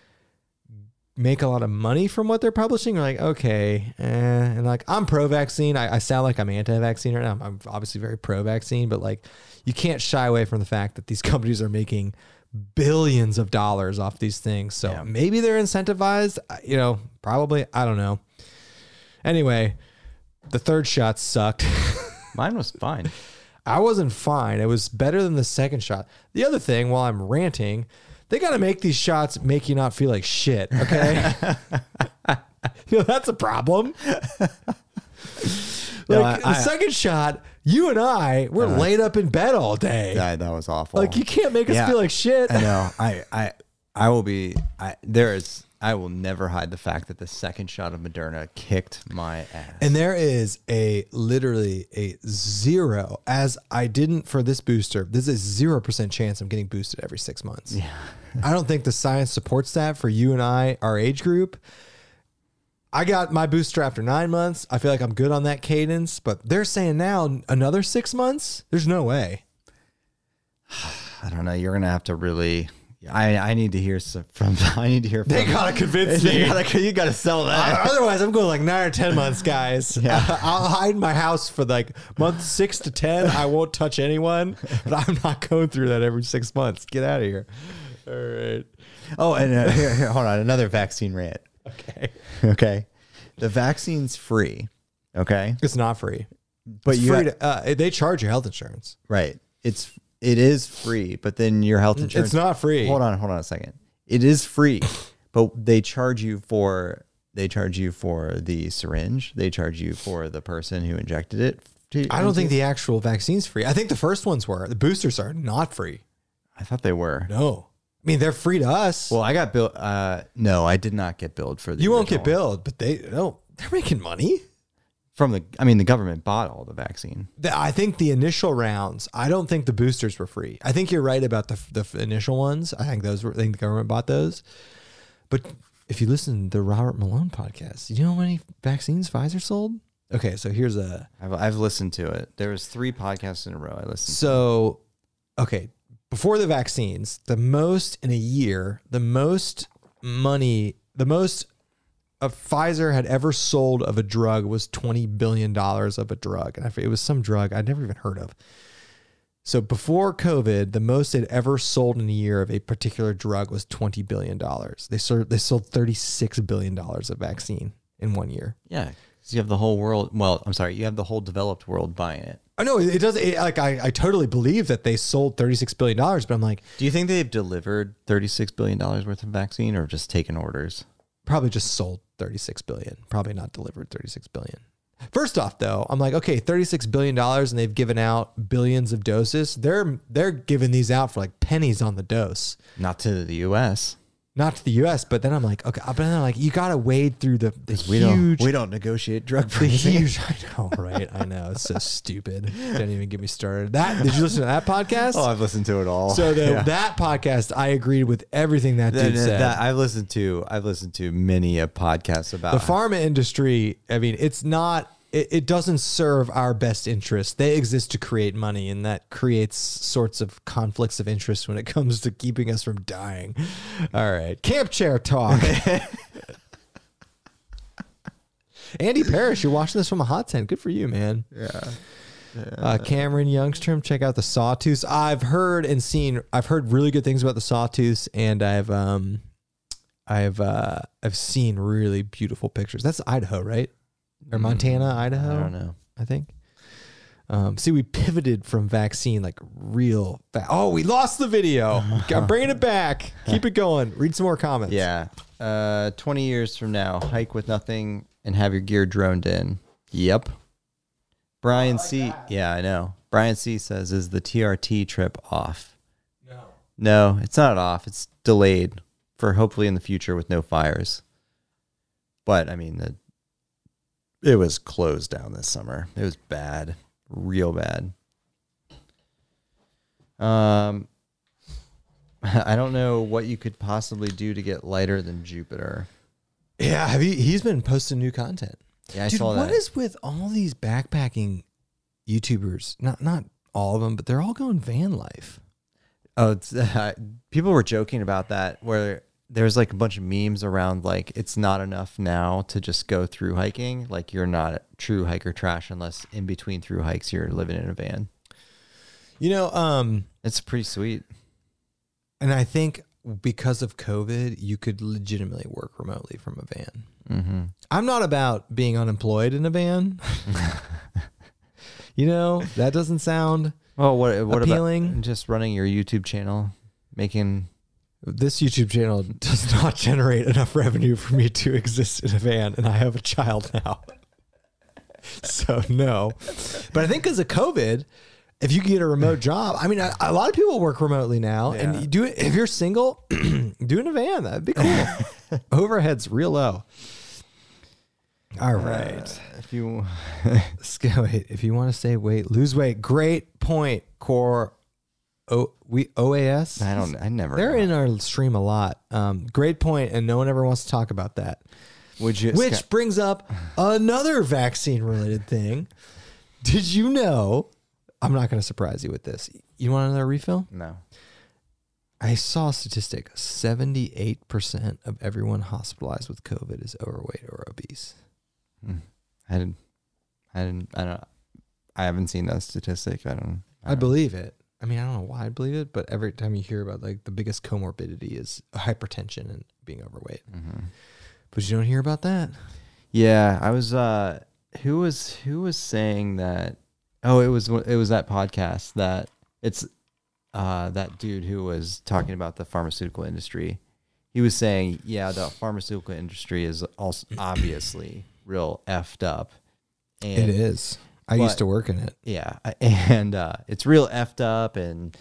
make a lot of money from what they're publishing, you're like, okay, eh. and like I'm pro vaccine. I, I sound like I'm anti vaccine right now. I'm, I'm obviously very pro vaccine, but like you can't shy away from the fact that these <laughs> companies are making billions of dollars off these things. So maybe they're incentivized, I- you know, probably. I don't know. Anyway, the third shot sucked. <laughs>
mine was fine
I wasn't fine. It was better than the second shot. The other thing, while I'm ranting, they got to make these shots make you not feel like shit.
<laughs>
Okay, <laughs> you know that's a problem. like
I-
the
I-
second shot, you and I were laid up in bed all day.
yeah, that was awful
like you can't make us
Yeah.
feel like shit.
i know i i i will be i there is i will never hide the fact that the second shot of moderna kicked my ass
And there is a literally a zero, as I didn't for this booster. There's a zero percent chance I'm getting boosted every six months. Yeah. <laughs> I don't think the science supports that for you and I, our age group. I got my booster after nine months. I feel like I'm good on that cadence, but they're saying now another six months. There's no way.
i don't know you're gonna have to really I, I need to hear some, from <laughs> I need to hear from
gotta convince <laughs>
<laughs> you gotta, you gotta sell that.
Otherwise, I'm going like nine or ten months, guys.
Yeah.
<laughs> I'll hide in my house for like month six to ten. I won't touch anyone, but I'm not going through that every six months. Get out of here. All right.
Oh, and uh, here, here, hold on, another vaccine rant.
Okay.
<laughs> Okay, the vaccine's free. Okay.
It's not free.
But
it's
you
free
ha-
to, uh, they charge your health insurance.
right. It's it is free, but then your health insurance
It's not free.
Hold on, hold on a second. It is
<laughs>
free, but they charge you for they charge you for the syringe. They charge you for the person who injected it. to-
I don't think the actual vaccine's free. I think the first ones were. The boosters are not free.
I thought they were.
No. I mean, they're free to us.
Well, I got billed. Uh, no, I did not get billed for the.
you won't get
original one.
billed, but they no, they're making money.
from the. I mean, the government bought all the vaccine.
The- I think the initial rounds. I don't think the boosters were free. I think you're right about the the initial ones. I think those were. I think the government bought those. But if you listen to the Robert Malone podcast, you know how many vaccines Pfizer sold? Okay, so here's a
I've, I've listened to it. There was three podcasts in a row. I listened.
so okay before the vaccines, the most in a year, the most money, the most a Pfizer had ever sold of a drug was twenty billion dollars of a drug, and I, forget- it was some drug I'd never even heard of. So before COVID, the most they'd ever sold in a year of a particular drug was twenty billion dollars. They sold they sold thirty six billion dollars of vaccine in one year.
Yeah, 'cause you have the whole world. Well, I'm sorry, you have the whole developed world buying it.
I know Oh, it does. It, like I, I totally believe that they sold thirty six billion dollars, but I'm like
Do you think they've delivered 36 billion dollars worth of vaccine, or just taken orders?
probably just sold 36 billion, probably not delivered 36 billion. First off though, I'm like, okay, 36 billion dollars and they've given out billions of doses. They're they're giving these out for like pennies on the dose.
Not to the U.S.
Not to the US, but then I'm like, okay, but then I'm like, you gotta wade through the, the
We <laughs>
huge
don't. We don't negotiate <laughs> drug
the
pricing.
huge I know, right? I know. It's so stupid. Don't even get me started. That did you listen to that podcast?
Oh, I've listened to it all. <laughs>
so the,
Yeah.
that podcast, I agreed with everything that dude
That- that-
said.
that- I've listened to. I've listened to many a podcast
the
about.
pharma industry i mean it's not it, it doesn't serve our best interest they exist to create money and that creates sorts of conflicts of interest when it comes to keeping us from dying all right camp chair talk andy parrish you're watching this from a hot tent good for you man
yeah.
uh, Cameron Youngstrom, check out the Sawtooths. I've heard and seen. I've heard really good things about the Sawtooths, and I've um, I've uh, I've seen really beautiful pictures. That's Idaho, right? Or Montana, Idaho?
Mm-hmm. I don't know.
I think. Um, see, we pivoted from vaccine like real. Fa- oh, we lost the
<laughs>
video. I'm bringing it back. Keep it going. Read some more comments.
Yeah. Uh, 20 years from now, hike with nothing and have your gear droned in. Yep. Brian C. Yeah, I know. Brian C. says, "Is the TRT trip off?" No. No, it's not off. It's delayed for hopefully in the future with no fires. But I mean, the it was closed down this summer. It was bad, real bad. Um, <laughs> I don't know what you could possibly do to get lighter than Jupiter.
yeah. Have you? He's been posting new content.
Yeah, I
Dude,
saw that.
what is with all these backpacking YouTubers? Not not all of them, but they're all going van life.
oh, it's, <laughs> people were joking about that where there's like a bunch of memes around like it's not enough now to just go through hiking. Like you're not a true hiker trash unless in between through hikes you're living in a van.
You know, um,
It's pretty sweet.
and I think because of COVID, you could legitimately work remotely from a van.
Mm-hmm.
I'm not about being unemployed in a van. <laughs> you know, that doesn't sound
Well, what what
Appealing.
about just running your YouTube channel, making
this YouTube channel does not generate enough revenue for me to exist in a van, and I have a child now. so no, but I think because of COVID, if you can get a remote job, I mean, a, a lot of people work remotely now, and
Yeah.
you do it if you're single, <clears throat> do it in a van. That'd be <laughs> cool. Overhead's real low. All right.
if you
Let's go. Wait, if you want to say weight, lose weight. Great point, Core. O we OAS.
<sighs> I don't I never
They're
know.
in our stream a lot. Um, great point, and no one ever wants to talk about that.
would you
Which brings up another vaccine-related thing. Did you know? I'm not going to surprise you with this. You want another refill?
no.
I saw a statistic: 78 percent of everyone hospitalized with COVID is overweight or obese.
I didn't. I didn't. I don't. I haven't seen that statistic. I don't. I
I
don't
believe it. I mean, I don't know why I believe it, but every time you hear about like the biggest
Mm-hmm.
comorbidity is hypertension and being overweight, but you don't hear about that.
Yeah, I was. Uh, who was who was saying that? Oh, it was it was that podcast that it's uh, that dude who was talking about the pharmaceutical industry. He was saying, yeah, the pharmaceutical industry is also obviously real effed up.
It is. I
But-
used to work in it.
Yeah, I- <laughs> and uh, it's real effed up, and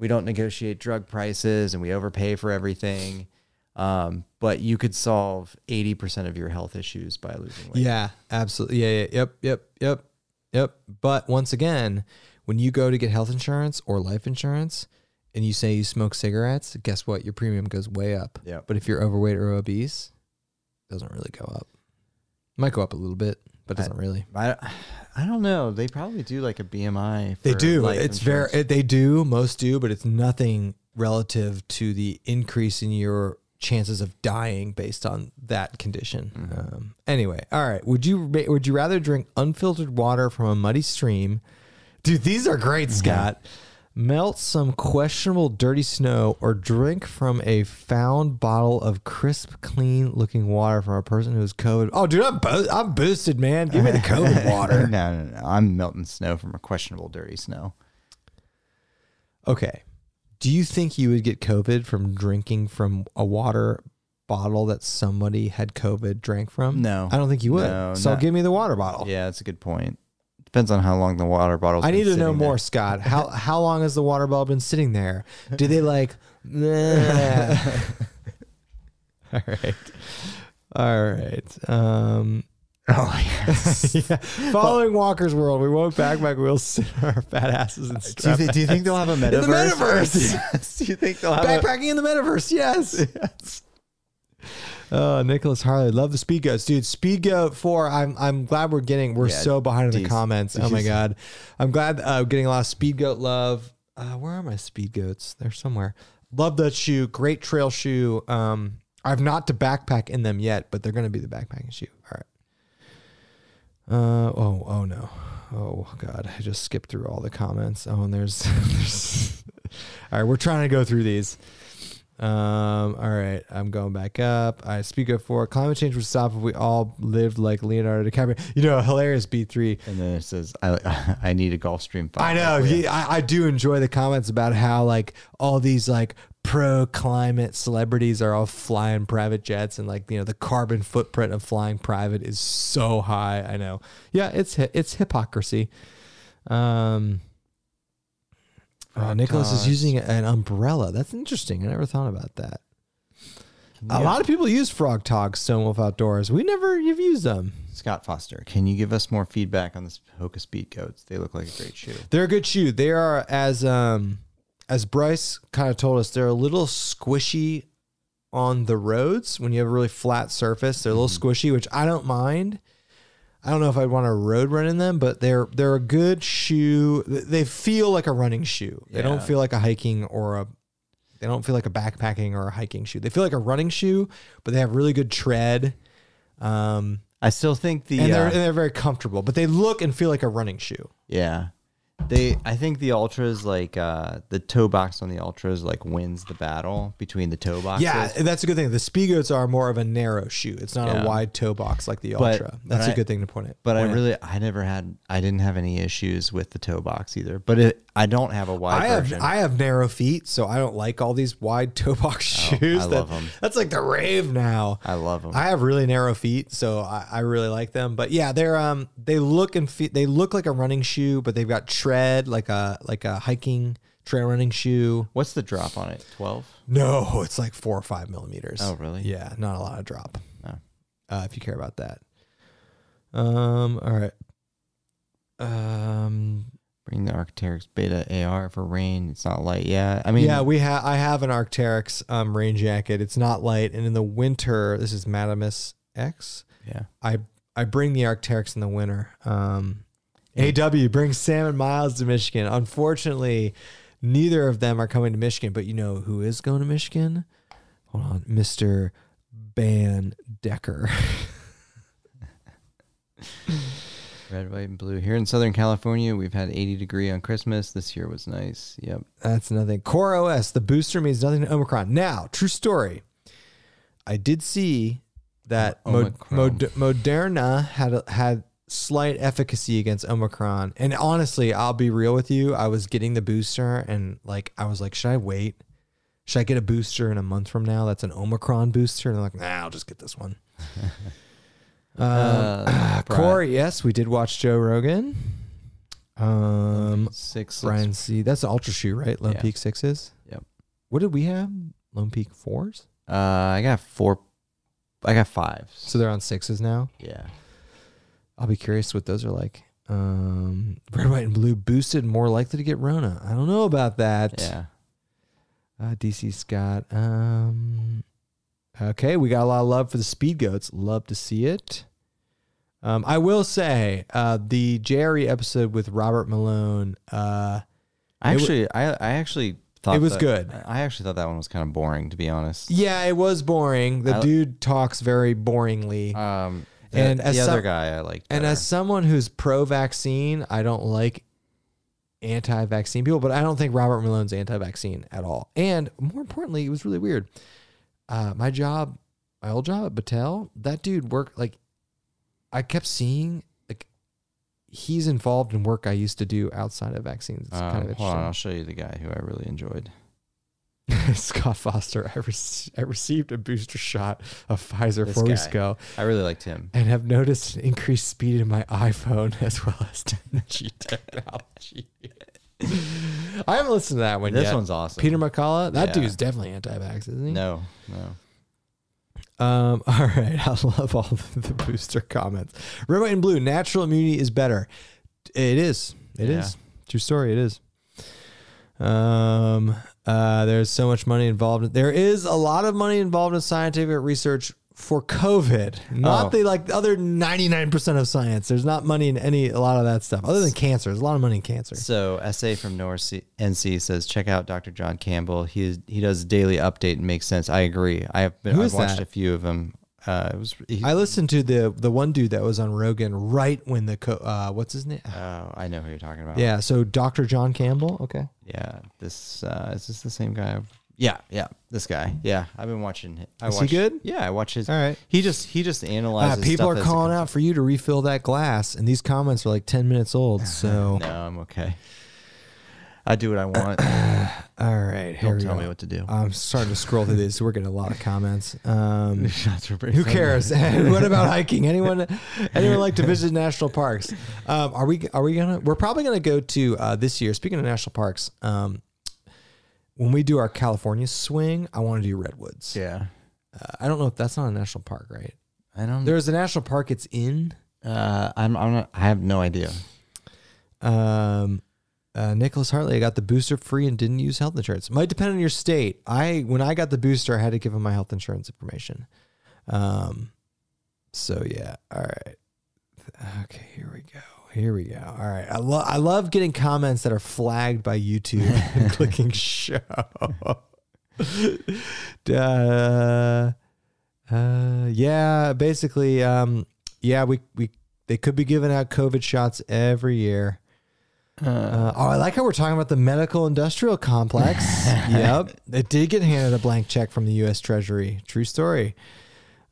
we don't negotiate drug prices, and we overpay for everything. Um, but you could solve eighty percent of your health issues by losing weight.
Yeah, absolutely. Yeah, yeah, yep, yep, yep, yep. But once again, when you go to get health insurance or life insurance and you say you smoke cigarettes, guess what? Your premium goes way up.
Yep.
But if you're overweight or obese, it doesn't really go up. Might go up a little bit, but
I-
doesn't really.
I, I don't know. They probably do like a BMI.
They
for
do.
life
It's
insurance.
very they do, most do, but it's nothing relative to the increase in your chances of dying based on that condition.
Mm-hmm.
Um, anyway, all right. Would you ra- would you rather drink unfiltered water from a muddy stream? Dude, these are great,
Mm-hmm.
Scott. Melt some questionable dirty snow or drink from a found bottle of crisp, clean looking water from a person who's COVID. Oh, dude, I'm, bo- I'm boosted, man. Give me the
<laughs>
COVID water.
no, no, no. I'm melting snow from a questionable dirty snow.
Okay. Do you think you would get COVID from drinking from a water bottle that somebody had COVID drank from?
No.
I don't think you would.
No,
so
not-
give me the water bottle.
Yeah, that's a good point. Depends on how long the water bottle.
I need to know more, Scott. How how long has the water bottle been sitting there? Do they like?
<laughs>
<laughs> nah. All right. All right. Um,
<laughs> Oh yes.
<laughs> yeah. Following Walker's World, we won't backpack. We'll sit our fat asses and
<laughs> do, you
strap.
thi- do
<laughs>
you think they'll have a metaverse?
the metaverse.
yes. <laughs> Do you think they'll have a-
Backpacking in the metaverse, yes. <laughs> yes. Oh, Nicholas Harley, love the speed goats, dude. Speed goat four. I'm I'm glad we're getting. We're
Yeah,
so behind in the
geez.
comments. Oh my
Jeez.
god, I'm glad uh, getting a lot of speed goat love. Uh, where are my speed goats? They're somewhere. Love that shoe. Great trail shoe. Um, I've not to backpack in them yet, but they're gonna be the backpacking shoe. All right. Uh oh oh no oh god I just skipped through all the comments oh and there's, <laughs> there's <laughs> all right we're trying to go through these um all right I'm going back up I speak up for climate change would stop if we all lived like Leonardo DiCaprio you know hilarious B three
And then it says, "I <laughs> I need a Gulfstream."
I know
Yeah.
yeah, I I do enjoy the comments about how like all these like pro climate celebrities are all flying private jets and like you know the carbon footprint of flying private is so high I know yeah it's hi- it's hypocrisy. Um, uh, Nicholas is
Fructose.
using an umbrella. That's interesting. I never thought about that. A
Yeah.
lot of people use Frog Talk Stonewolf Outdoors. We never have used them.
Scott Foster, can you give us more feedback on this Hoka Speed Goats? They look like a great shoe.
They're a good shoe. They are as um as Bryce kind of told us, they're a little squishy on the roads when you have a really flat surface. They're a little squishy, which I don't mind. I don't know if I'd want to road run in them, but they're they're a good shoe. Th- They feel like a running shoe. They don't
Yeah.
feel like a hiking or a they don't feel like a backpacking or a hiking shoe. They feel like a running shoe, but they have really good tread. Um,
I still think the
and they're
uh,
and they're very comfortable, but they look and feel like a running shoe.
Yeah. They I think the ultras like uh the toe box on the ultras like wins the battle between the toe boxes.
Yeah, that's a good thing. The speed goats are more of a narrow shoe. It's not
Yeah.
a wide toe box like the
But-
Ultra.
but
that's a
I-
good thing to point it.
But I really I never had I didn't have any issues with the toe box either. But it, I don't have a wide
I have
version.
I have narrow feet, so I don't like all these wide toe box shoes.
Oh, I
that-
love 'em. Oh.
That's like the rave now.
I love them.
I have really narrow feet, so I, I really like them. But yeah, they're um they look and fe- they look like a running shoe, but they've got tread like a like a hiking trail running shoe.
What's the drop on it? 12?
No, it's like four or five millimeters.
Oh, really?
Yeah, not a lot of drop.
No.
Uh, if you care about that. Um. All right. Um.
Bring the Arcteryx Beta AR for rain. It's not light. Yeah. I mean
yeah, we have. I have an Arcteryx um rain jacket. It's not light, and in the winter, this is Madamus X.
yeah.
I I bring the Arcteryx in the winter. Um, AW brings Sam and Miles to Michigan. Unfortunately, neither of them are coming to Michigan. But you know who is going to Michigan? Hold on, Mister Ban Decker. <laughs>
Red, white, and blue. Here in Southern California, we've had 80 degree on Christmas. This year was nice. Yep.
That's nothing. Core OS, the booster means nothing to Omicron. Now, true story. I did see that
Om-
Mo-
Omicron.
Mod- Moderna had a- had slight efficacy against Omicron. And honestly, I'll be real with you. I was getting the booster, and like I was like, should I wait? Should I get a booster in a month from now? That's an Omicron booster, and I'm like, nah, I'll just get this one. um, <clears throat>
Uh, Bri-
Corey, yes, we did watch Joe Rogan. Um,
six, six
Brian C. That's the Ultra Shoe, right? Lone
Yeah.
Peak sixes.
Yep.
What did we have? Lone Peak fours.
Uh, I got four. I got five.
So they're on sixes now.
yeah,
I'll be curious what those are like. Um, red, white, and blue boosted more likely to get Rona. I don't know about that.
yeah.
Uh, DC Scott. Um, okay, we got a lot of love for the Speed Goats. Love to see it. Um, I will say uh, the Jerry episode with Robert Malone. Uh,
I
It wa-
actually, I, I actually thought
It was
that-
good.
I actually thought that one was kind of boring, to be honest.
yeah, it was boring. The
I-
dude talks very boringly.
Um, the,
And
the
as some-
other guy I liked.
And
better.
as someone who's pro vaccine, I don't like anti vaccine people, but I don't think Robert Malone's anti vaccine at all. And more importantly, it was really weird. Uh, my job, my old job at Battelle, that dude worked like I kept seeing like he's involved in work I used to do outside of vaccines. It's
um,
kind of
hold on, I'll
interesting. <laughs>
show you the guy who I really enjoyed.
Scott Foster, I, rec- I received a booster shot of Pfizer
This
four weeks
guy.
ago.
I really liked him.
and have noticed an increased speed in my iPhone <laughs> as well as 10G technology. <laughs> I haven't listened to that one
This
yet.
one's awesome.
Peter McCullough, that
Yeah.
dude's definitely anti-vax, isn't he?
No, no.
Um, <laughs> all right, I love all the, the booster comments. Red, white, and blue. Natural immunity is better. It is. It is.
Yeah.
True story. It is. Um. Uh. There's so much money involved. There is a lot of money involved in scientific research for COVID. Not
Oh.
the like other 99% of science. There's not money in any a lot of that stuff. Other than cancer, there's a lot of money in cancer.
So essay from North NC says check out Dr. John Campbell. He is, he does a daily update and makes sense. I agree. I have been,
Who
I've
is
watched
that?
a few of them. Uh, it was he,
I listened to the the one dude that was on Rogan right when the co- uh what's his name?
oh, I know who you're talking about.
Yeah, so Dr. John Campbell. Okay.
yeah. This uh, is this the same guy? Yeah, yeah. This guy. Yeah, I've been watching. hi- I
Is he
watched-
good?
Yeah, I watch his.
All right.
He just he just analyzes.
Uh, people are
stuff as it
calling
comes-
out for you to refill that glass, and these comments are like 10 minutes old.
<laughs>
So,
No, I'm okay. I do what
<coughs>
I want.
all right, here
Don't
we
tell
go.
me what to
<laughs>
do.
I'm starting to scroll through these. We're getting a lot of comments.
<laughs>
Um,
Shots were pretty
who
funny.
cares? <laughs> what
<laughs>
about hiking? Anyone? Anyone like to visit national parks? Um, are we? Are we gonna? We're probably gonna go to uh, this year. Speaking of national parks, um, when we do our California swing, I want to do redwoods.
Yeah.
Uh, I don't know if that's not a national park, right?
I don't.
There's a national park it's in.
uh, I'm. I'm not. I have no idea.
Um, uh, Nicholas Hartley, I got the booster free and didn't use health insurance. Might depend on your state. I when I got the booster, I had to give him my health insurance information. Um, so yeah, all right. Okay, here we go. Here we go. All right, I love I love getting comments that are flagged by YouTube <laughs> and clicking show. <laughs> Duh. Uh, yeah, basically, um, yeah, we we they could be giving out COVID shots every year. Uh, oh, I like how we're talking about the medical industrial complex. yep. It did get handed a blank check from the U.S. Treasury. True story.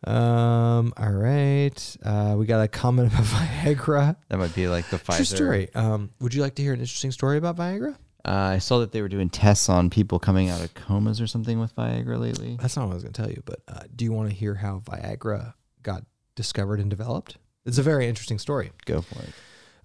Um, all right. Uh, we got a comment about <laughs> Viagra.
That might be like the Pfizer.
True story. Um, would you like to hear an interesting story about Viagra?
Uh, I saw that they were doing tests on people coming out of comas or something with Viagra lately.
That's not what I was going to tell you, but uh, do you want to hear how Viagra got discovered and developed? It's a very interesting story.
Go for it.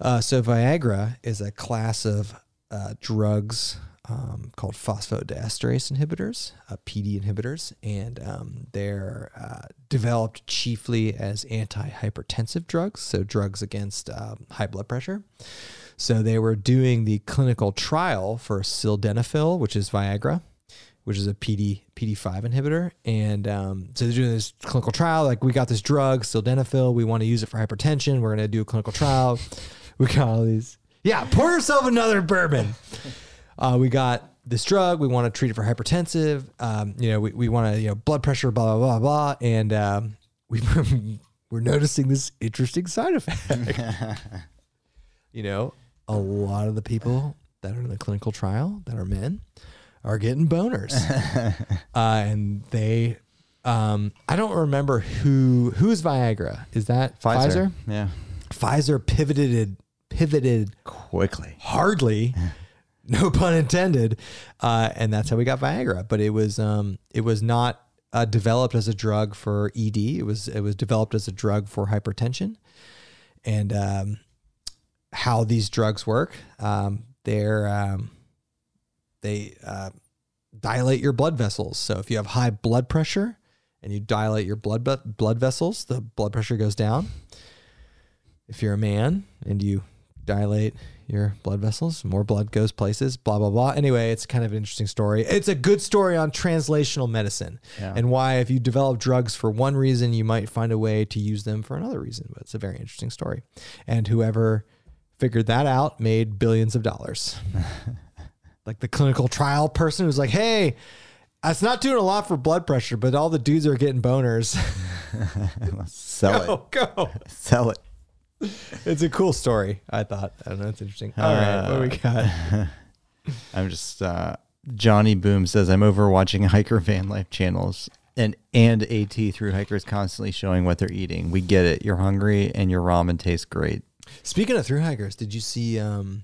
Uh, so Viagra is a class of uh, drugs um, called phosphodiesterase inhibitors, uh, PD inhibitors, and um, they're uh, developed chiefly as antihypertensive drugs, so drugs against um, high blood pressure. So they were doing the clinical trial for sildenafil, which is Viagra, which is a PD PD5 inhibitor, and um, so they're doing this clinical trial. Like we got this drug sildenafil, we want to use it for hypertension. We're going to do a clinical trial. we got all these. Yeah, pour yourself another bourbon. Uh, we got this drug. We want to treat it for hypertensive. Um, you know, we, we want to you know blood pressure, blah blah blah blah, and um, <laughs> we we're noticing this interesting side effect you know, a lot of the people that are in the clinical trial that are men are getting boners. uh, and they Um, I don't remember who who is Viagra. Is that Pfizer?
Yeah.
Pfizer pivoted pivoted
Quickly.
hardly <laughs> no pun intended uh, and that's how we got viagra but it was um, it was not uh, developed as a drug for ed it was it was developed as a drug for hypertension and um, how these drugs work um, they're um, they uh, dilate your blood vessels so if you have high blood pressure and you dilate your blood blood vessels the blood pressure goes down if you're a man and you dilate your blood vessels, more blood goes places, blah, blah, blah. Anyway, it's kind of an interesting story. It's a good story on translational medicine
Yeah.
and why, if you develop drugs for one reason, you might find a way to use them for another reason. But it's a very interesting story. And whoever figured that out made billions of dollars. like the clinical trial person who's like, hey, it's not doing a lot for blood pressure, but all the dudes are getting boners. <laughs> Oh,
Sell
<laughs>
go, go.
it. Sell it.
It's a cool story, I thought. I don't know. It's interesting. All right,
Uh.
what do we got?
<laughs> I'm just uh, Johnny Boom says I'm over watching <laughs> hiker van life channels and and AT through hikers constantly showing what they're eating. We get it. You're hungry and your ramen tastes great.
Speaking of through hikers, did you see um,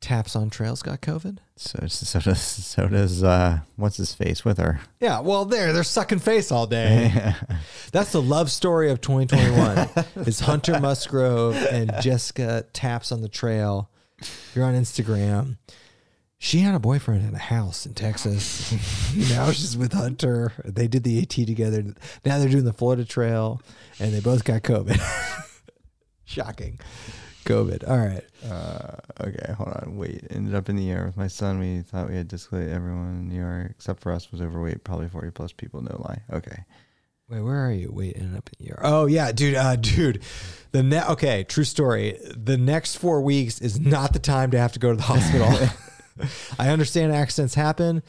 Taps on Trails got COVID?
So <laughs> so does so does uh, what's his face with her.
Yeah, well, there they're sucking face all day. That's the love story of 2021. is Hunter Musgrove and Jessica Taps on the Trail. You're on Instagram. She had a boyfriend in a house in Texas. <laughs> now she's with Hunter. They did the AT together. Now they're doing the Florida Trail, and they both got COVID. <laughs> Shocking. COVID. All right.
Uh, okay, hold on. Wait, ended up in the air with my son. We thought we had disclaimed everyone in New York except for us was overweight. Probably forty plus people. No lie. Okay.
Wait, where are you? Wait, it ended up in Europe. Oh yeah, dude, uh, dude. The ne- okay, true story. The next four weeks is not the time to have to go to the hospital. <laughs> I understand accidents happen,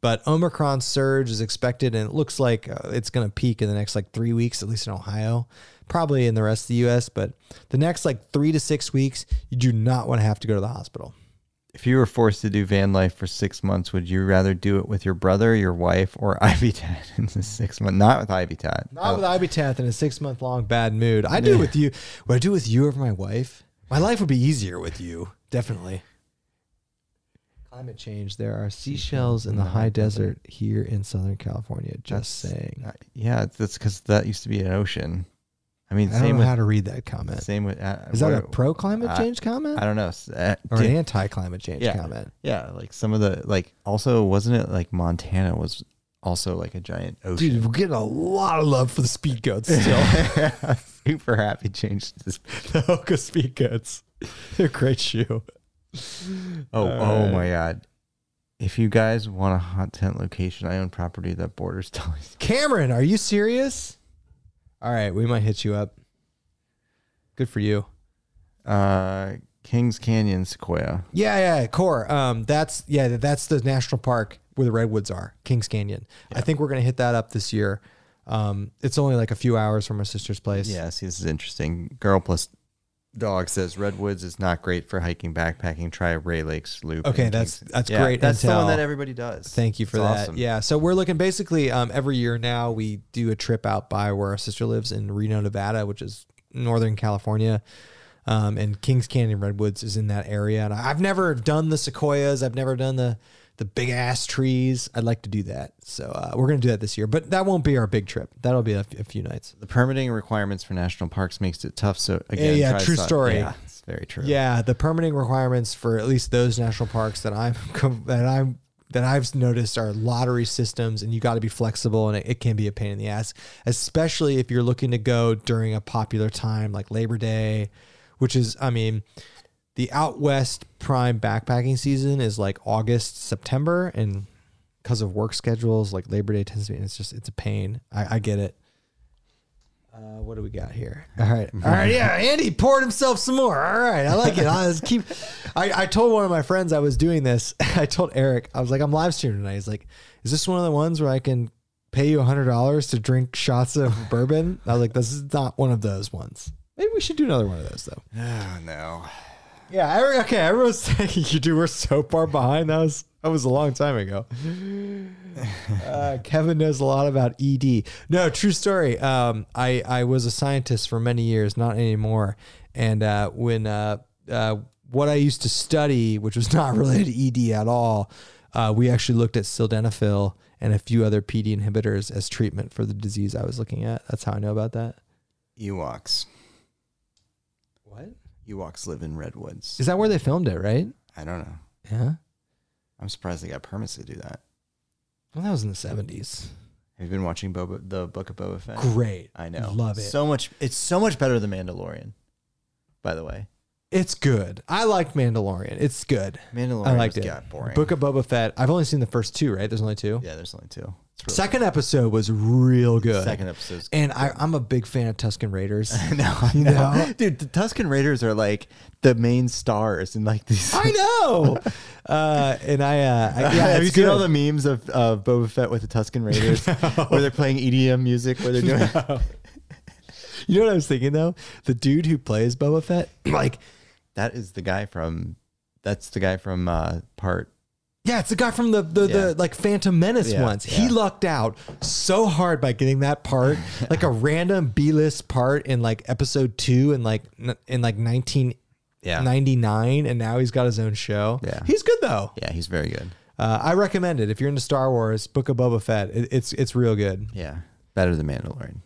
but Omicron surge is expected, and it looks like uh, it's going to peak in the next like three weeks, at least in Ohio, probably in the rest of the U.S. But the next like three to six weeks, you do not want to have to go to the hospital.
If you were forced to do van life for six months, would you rather do it with your brother, your wife, or <laughs> Ivy Tat in the six months? Not with Ivy Tat.
Not with Ibutath in a six month long bad mood. I do with you. Would I do with you over my wife? My life would be easier with you, definitely. Climate change. There are seashells in the high desert here in Southern California. Just saying.
Uh, yeah, that's because that used to be an ocean. I
I
mean,
don't
same
know
with
how to read that comment.
same with. Uh,
Is that a
what-
pro climate
I-
change comment
I don't know. S- uh,
or an
did-
anti climate change
Yeah.
comment?
yeah, like some of the like. Also, wasn't it like Montana was also like a giant ocean?
Dude, we're getting a lot of love for the speed goats still.
<laughs>
<laughs>
Super happy changed this.
the Hoka speed goats. They're a great shoe.
Oh, oh
Alright.
my god! If you guys want a hot tent location, I own property that borders <laughs> Tully's.
Cameron, are you serious? All right, we might hit you up. Good for you.
Uh, Kings Canyon Sequoia.
Yeah, yeah, core. Um, that's yeah, th- that's the national park where the redwoods are, Kings Canyon. I think we're gonna hit that up this year. Um, it's only like a few hours from our sister's place.
Yeah, see, this is interesting. Girl plus dog says redwoods is not great for hiking, backpacking. Try Ray Lakes Loop.
Okay,
in
that's
Kings-
that's
Yeah,
great.
That's the one
intel.
that everybody does.
Thank you for
It's
that.
awesome.
Yeah. So we're looking basically um, every year now we do a trip out by where our sister lives in Reno, Nevada, which is Northern California. Um, and Kings Canyon Redwoods is in that area. And I've never done the sequoias. I've never done the the big ass trees. I'd like to do that. So uh, we're gonna do that this year, but that won't be our big trip. That'll be a, f- a few nights.
The permitting requirements for national parks makes it tough. So again,
yeah,
try
true
some-
story.
Yeah, it's very true.
Yeah, the permitting requirements for at least those national parks that I'm <laughs> com- that I'm that I've noticed are lottery systems, and you got to be flexible, and it, it can be a pain in the ass, especially if you're looking to go during a popular time like Labor Day, which is, I mean, the out west prime backpacking season is like August, September, and because of work schedules, like Labor Day tends to be, it's just it's a pain. I, I get it. Uh, what do we got here? <laughs> All right, all right, yeah. Andy poured himself some more. All right, I like it. I just keep. <laughs> I, I told one of my friends I was doing this. <laughs> I told Eric I was like, I'm live streaming tonight. He's like, Is this one of the ones where I can pay you hundred dollars to drink shots of bourbon? I was like, This is not one of those ones. Maybe we should do another one of those though.
Oh, no.
<laughs> Yeah. Every, okay. Everyone's saying you do. We're so far behind. That was That was a long time ago. <sighs> Uh, Kevin knows a lot about ED. No, true story. Um, I I was a scientist for many years, not anymore. And uh, when uh, uh, what I used to study, which was <laughs> not related to ED at all, uh, we actually looked at sildenafil and a few other PD inhibitors as treatment for the disease I was looking at. That's how I know about that.
Ewoks.
What
Ewoks live in redwoods.
is that? Where they filmed it, right?
I don't know.
Yeah.
I'm surprised they got permits to do that.
Well, that was in the seventies.
Have you been watching Boba, the Book of Boba Fett?
Great.
I know.
Love it.
So much. It's so much better than Mandalorian. By the way,
It's good. I liked Mandalorian. It's good.
Mandalorian
I liked it.
got boring.
Book of Boba Fett. I've only seen the first two, right? There's only two.
yeah, there's only two. It's really-
Second episode was real good. <laughs>
second episode's <laughs>
And I, I'm a big fan of Tuscan Raiders.
No, I
You
know.
know?
dude. The Tuscan Raiders are like the main stars in like these. <laughs>
I know. Uh, and I, uh, I yeah,
Have you
it's
seen
good.
all the memes of, of Boba Fett with the
<laughs>
Tuscan Raiders, where they're playing EDM music, where they're doing?
You know what I was thinking though? The dude who plays Boba Fett, like,
That is the guy from. That's the guy from uh, part.
yeah, it's the guy from the the,
Yeah.
the like Phantom Menace
Yeah,
ones. He
yeah.
lucked out so hard by getting that
<laughs>
part, like a random B list part in like episode two and like n- in like 1999,
Yeah.
and now he's got his own show.
Yeah.
he's good though.
Yeah, he's very good.
Uh, I recommend it if you're into Star Wars. Book of Boba Fett. It, it's it's real good.
Yeah, better than Mandalorian.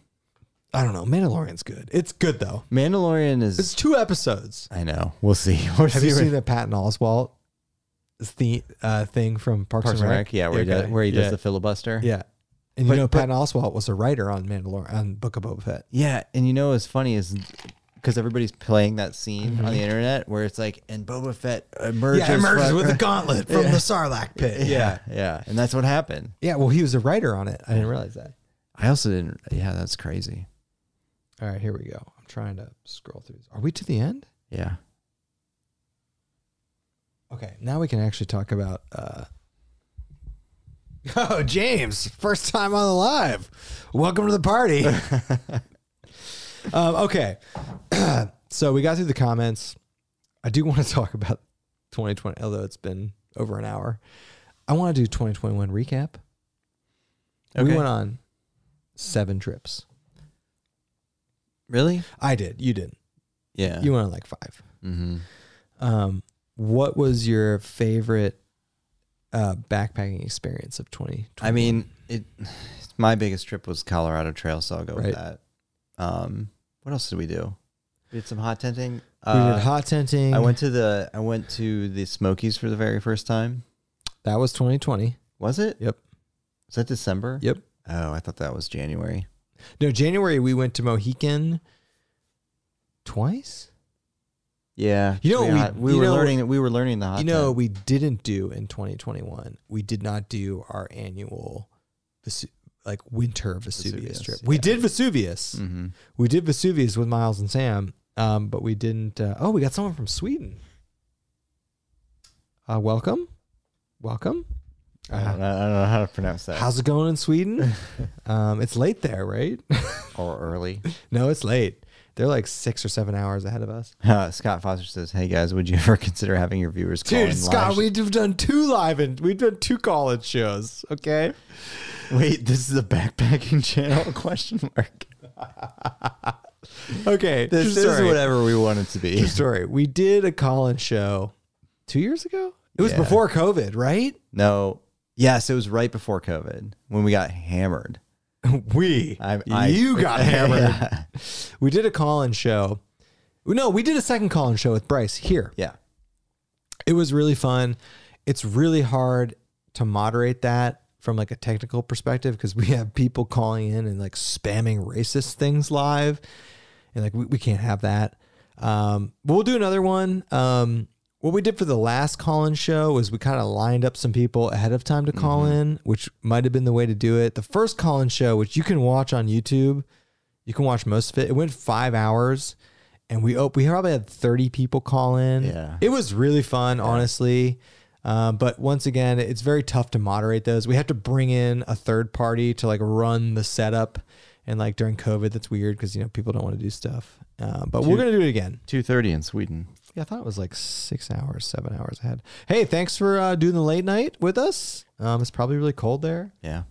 I don't know. Mandalorian's good. It's good though.
Mandalorian is.
It's two episodes.
I know. We'll see. <laughs> We'll
Have you
see
seen
what-
the Patton Oswalt the uh, thing from Parks,
Parks and Rec? Yeah, where he
Okay.
does, where he does
yeah.
the filibuster.
yeah. And you
But-
know,
but-
Patton Oswalt was a writer on Mandalorian on Book of Boba Fett.
Yeah, and you know what's funny is because everybody's playing that scene on
Mm-hmm.
the internet where it's like, and Boba Fett emerges, from- <laughs>
gauntlet from the Sarlacc pit.
yeah, yeah, and that's what happened.
yeah. Well, he was a writer on it. I didn't realize that.
I also didn't. Yeah, that's crazy.
All right, here we go. I'm trying to scroll through. Are we to the end?
Yeah,
Okay, now we can actually talk about. Uh... <laughs> Oh, James, first time on the live. Welcome to the party. <laughs> um, okay, <clears throat> so we got through the comments. I do want to <laughs> talk about 2020, although it's been over an hour. I want to do 2021 recap. We
Okay.
went on seven trips.
really?
I did. You didn't.
Yeah.
You went on like five.
mm-hmm.
Um, what was your favorite uh, backpacking experience of 2020?
I mean, it. My biggest trip was Colorado Trail, so I'll go
Right.
with that. Um, what else did we do? We did some hot tenting. We
we did hot tenting.
uh, I went to the I went to the Smokies for the very first time.
That was 2020.
Was it?
Yep.
Was that December?
Yep.
Oh, I thought that was January.
No, January we went to Mohican twice.
Yeah.
You know
we,
what we-
hot- we
you
were
know-
learning that we were learning the hot.
you know,
tub.
what we didn't do in 2021. We did not do our annual Vesu- like winter Vesuvius,
Vesuvius,
trip. We
yeah.
did Vesuvius.
Mhm.
We did Vesuvius with Miles and Sam, um, but we didn't. Uh, oh, we got someone from Sweden. Uh, welcome, welcome. Uh,
I, don't know, I don't know how to pronounce that.
How's it going in <laughs> Sweden? um, it's late there, right? <laughs>
or early. <laughs>
no, it's late. They're like six or seven hours ahead of us.
Uh, Scott Foster says, "Hey guys, would you ever consider having your viewers call in
Dude, Scott,
live?"
we've done two live and we've done two college shows. <laughs> Okay.
Wait, this is a backpacking <laughs> channel? Question mark.
Okay.
This
true
is
story.
whatever we want it to be.
True story. We did a college show two years ago. It was
Yeah.
before COVID, right? <laughs>
No. Yes, it was right before COVID when we got hammered.
we.
I- I-
you got <laughs> hammered.
<laughs> Yeah.
We did a call-in show. No, we did a second call-in show with Bryce here.
Yeah.
It was really fun. It's really hard to moderate that from like a technical perspective because we have people calling in and like spamming racist things live, and like we, we can't have that. Um, but we'll do another one. Um, what we did for the last call-in show is we kind of lined up some people ahead of time to call in, which might have been the way to do it. The first call-in show, which you can watch on YouTube, you can watch most of it. It went five hours, and we op- we probably had thirty people call in.
Yeah.
it was really fun, honestly. Um, but once again, it's very tough to moderate those. We have to bring in a third party to like run the setup, and like Uh, during COVID, that's weird because you know people don't want to do stuff. Um, but we're gonna do it again.
2:30 in Sweden.
Yeah, I thought it was like six hours, seven hours ahead. Hey, thanks for uh, doing the late night with us. Um, it's probably really cold there.
Yeah.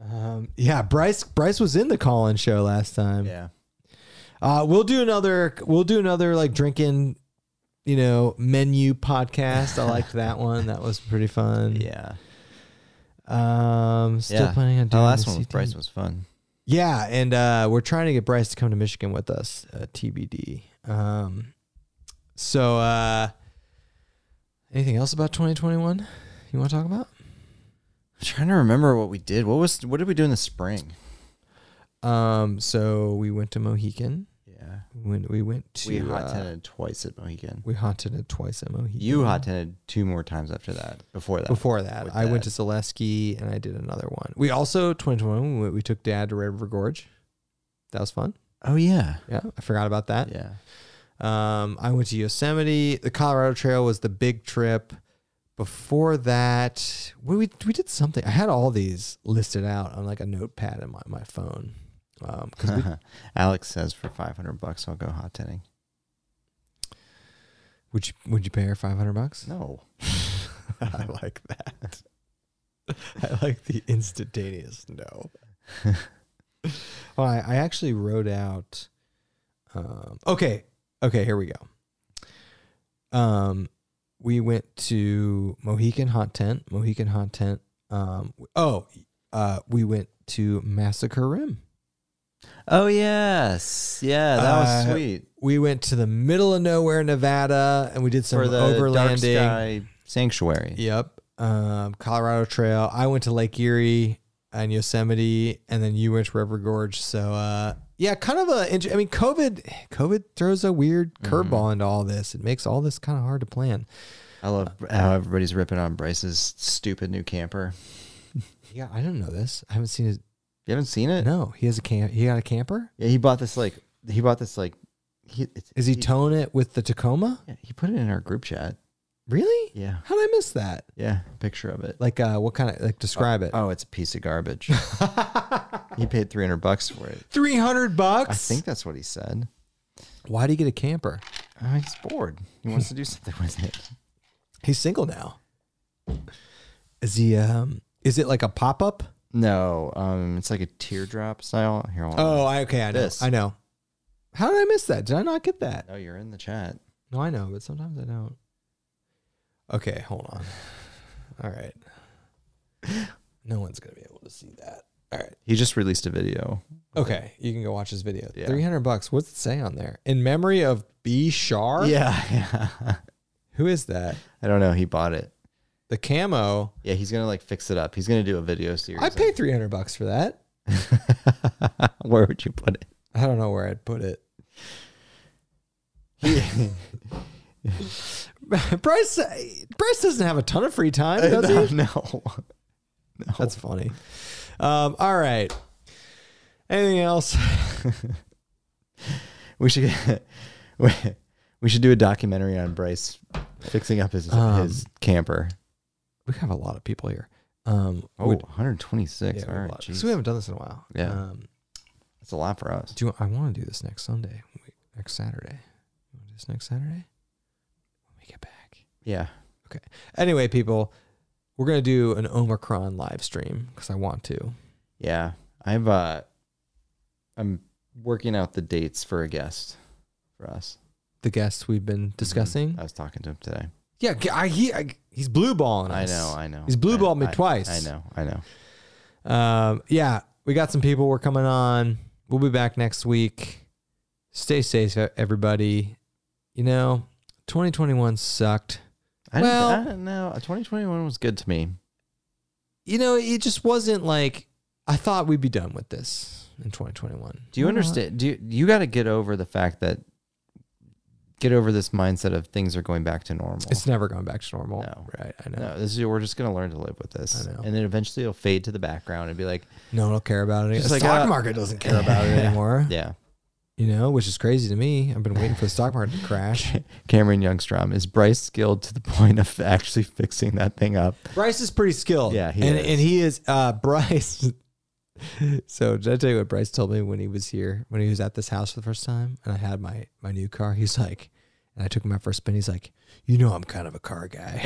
Um, yeah, Bryce Bryce was in the call-in show last time.
Yeah.
Uh, we'll do another. We'll do another like drinking, you know, menu podcast. I liked
<laughs>
that one. That was pretty fun.
Yeah.
Um, still
Yeah.
planning on
The
doing
last
the
one with
CT.
Bryce was fun.
Yeah, and uh, we're trying to get Bryce to come to Michigan with us, uh, TBD. Um, so, uh, anything else about 2021 you want to talk about?
I'm trying to remember what we did. What was what did we do in the spring?
Um, so we went to Mohican.
Yeah.
We went, we went to
We hot
uh,
tented twice at Mohegan.
we hot tented twice at Mohican.
You hot tented two more times after that. Before that.
Before that,
with
I went to
Dad.
Zaleski and I did another one. We also 2021 we, went- we took Dad to Red River Gorge. That was fun.
Oh yeah.
Yeah, I forgot about that.
<laughs> Yeah.
Um, I went to Yosemite. The Colorado Trail was the big trip. Before that, we, we, we did something. I had all these listed out on like a notepad in my, my phone. Um, <laughs> 'cause we,
<laughs> Alex says for five hundred bucks I'll go hot tenning.
would you would you pay her five hundred bucks?
<laughs> No.
I like that. <laughs> I like the instantaneous no. <laughs> well, I, I actually wrote out. Um, okay, okay, here we go. Um, we went to Mohican Hot Tent. Mohican Hot Tent. Um, oh, uh, we went to Massacre Rim.
Oh yes. Yeah, that was
Uh,
sweet.
We went to the middle of nowhere, Nevada, and we did some
For the dark
overlanding.
sky sanctuary.
Yep. Um, Colorado Trail. I went to Lake Erie and Yosemite, and then you went to River Gorge. So, uh, yeah, kind of a. int- I mean, COVID, COVID throws a weird
Mm-hmm.
curveball into all this. It makes all this kind of hard to plan.
I love how everybody's ripping on Bryce's stupid new camper.
Yeah, I didn't know this. I haven't seen his.
You haven't seen it?
No, he has a camp. He got a camper.
Yeah, he bought this like he bought this like he it's,
Is he towing it with the Tacoma?
yeah, he put it in our group chat.
Really?
Yeah.
How did I miss that?
Yeah, picture of it.
Like, uh, what kind of like describe it?
Oh, it's a piece of garbage. <laughs> he paid 300 bucks for it.
Three hundred bucks.
I think that's what he said.
Why do you get a camper?
Uh, he's bored. He wants to do something with it.
He's single now. Is he? Um, is it like a pop up?
<laughs> No, um, it's like a teardrop style. Here, hold
Oh,
on.
I, okay, I know.
This.
I know. How did I miss that? Did I not get that?
no, you're in the chat.
No, I know, but sometimes I don't. Okay, hold on. All right. No one's gonna be able to see that. All right.
He just released a video.
Okay, you can go watch this video.
Yeah.
Three hundred bucks. What's it say on there? In memory of B. Shar.
Yeah, <laughs> yeah.
Who is that?
I don't know. He bought it.
The camo.
Yeah, he's gonna like fix it up. He's gonna do a video series.
I'd pay three hundred bucks for that.
<laughs> Where would you put it?
I don't know where I'd put it.
<laughs>
<laughs> Bryce. uh, Bryce doesn't have a ton of free time,
Uh,
does he?
<laughs> no. no.
That's funny. Um, all right. Anything else?
We should <laughs> we, we should do a documentary on Bryce fixing up his
Um,
his camper.
We have a lot of people here. Um,
Oh,
would-
126.
yeah, we
All
have a
right,
lot.
jeez.
so we haven't done this in a while.
Yeah.
Um,
That's a lot for us.
do you, I want to do this next Sunday? We- Next Saturday. You wanna do this next Saturday. When we get back.
Yeah.
Anyway, people, we're gonna do an Omicron live stream because I want to.
Yeah. I've uh I'm working out the dates for a guest for us.
The guests we've been
Mm-hmm.
discussing.
I was talking to him today.
Yeah, g- I, he I, he's blue balling
I
us.
know, I know.
He's blue
I-
balled me
I-
twice.
I know, I know.
Um, yeah, we got some people. We're coming on. We'll be back next week. Stay safe, e-, everybody. You know, 2021 sucked.
I
Well-
well, don't know. 2021 was good to me.
You know, it just wasn't like I thought we'd be done with this in 2021.
Do you
We're not.
understand? Do you, you got to get over the fact that get over this mindset of things are going back to normal.
It's never going back to normal.
No.
Right. I know. No,
no, this is we're just gonna learn to live with this,
I know.
and then eventually it'll fade to the background and be like,
one will care about it.
Just
The
like,
stock
uh,
market
<laughs>
doesn't care about it anymore.
yeah,
You know, which is crazy to me. I've been waiting for the stock market to
<laughs>
crash.
Cameron Youngstrom is Bryce skilled to the <laughs> point of actually fixing that thing up.
Bryce is pretty skilled.
Yeah, he
and,
is.
and he is uh, <laughs> Bryce. so did I tell you what Bryce told me when he was here, when he was at this house for the first time, and I had my my new car? He's like, And I took him out for a spin. He's like, you know, I'm kind of a car guy.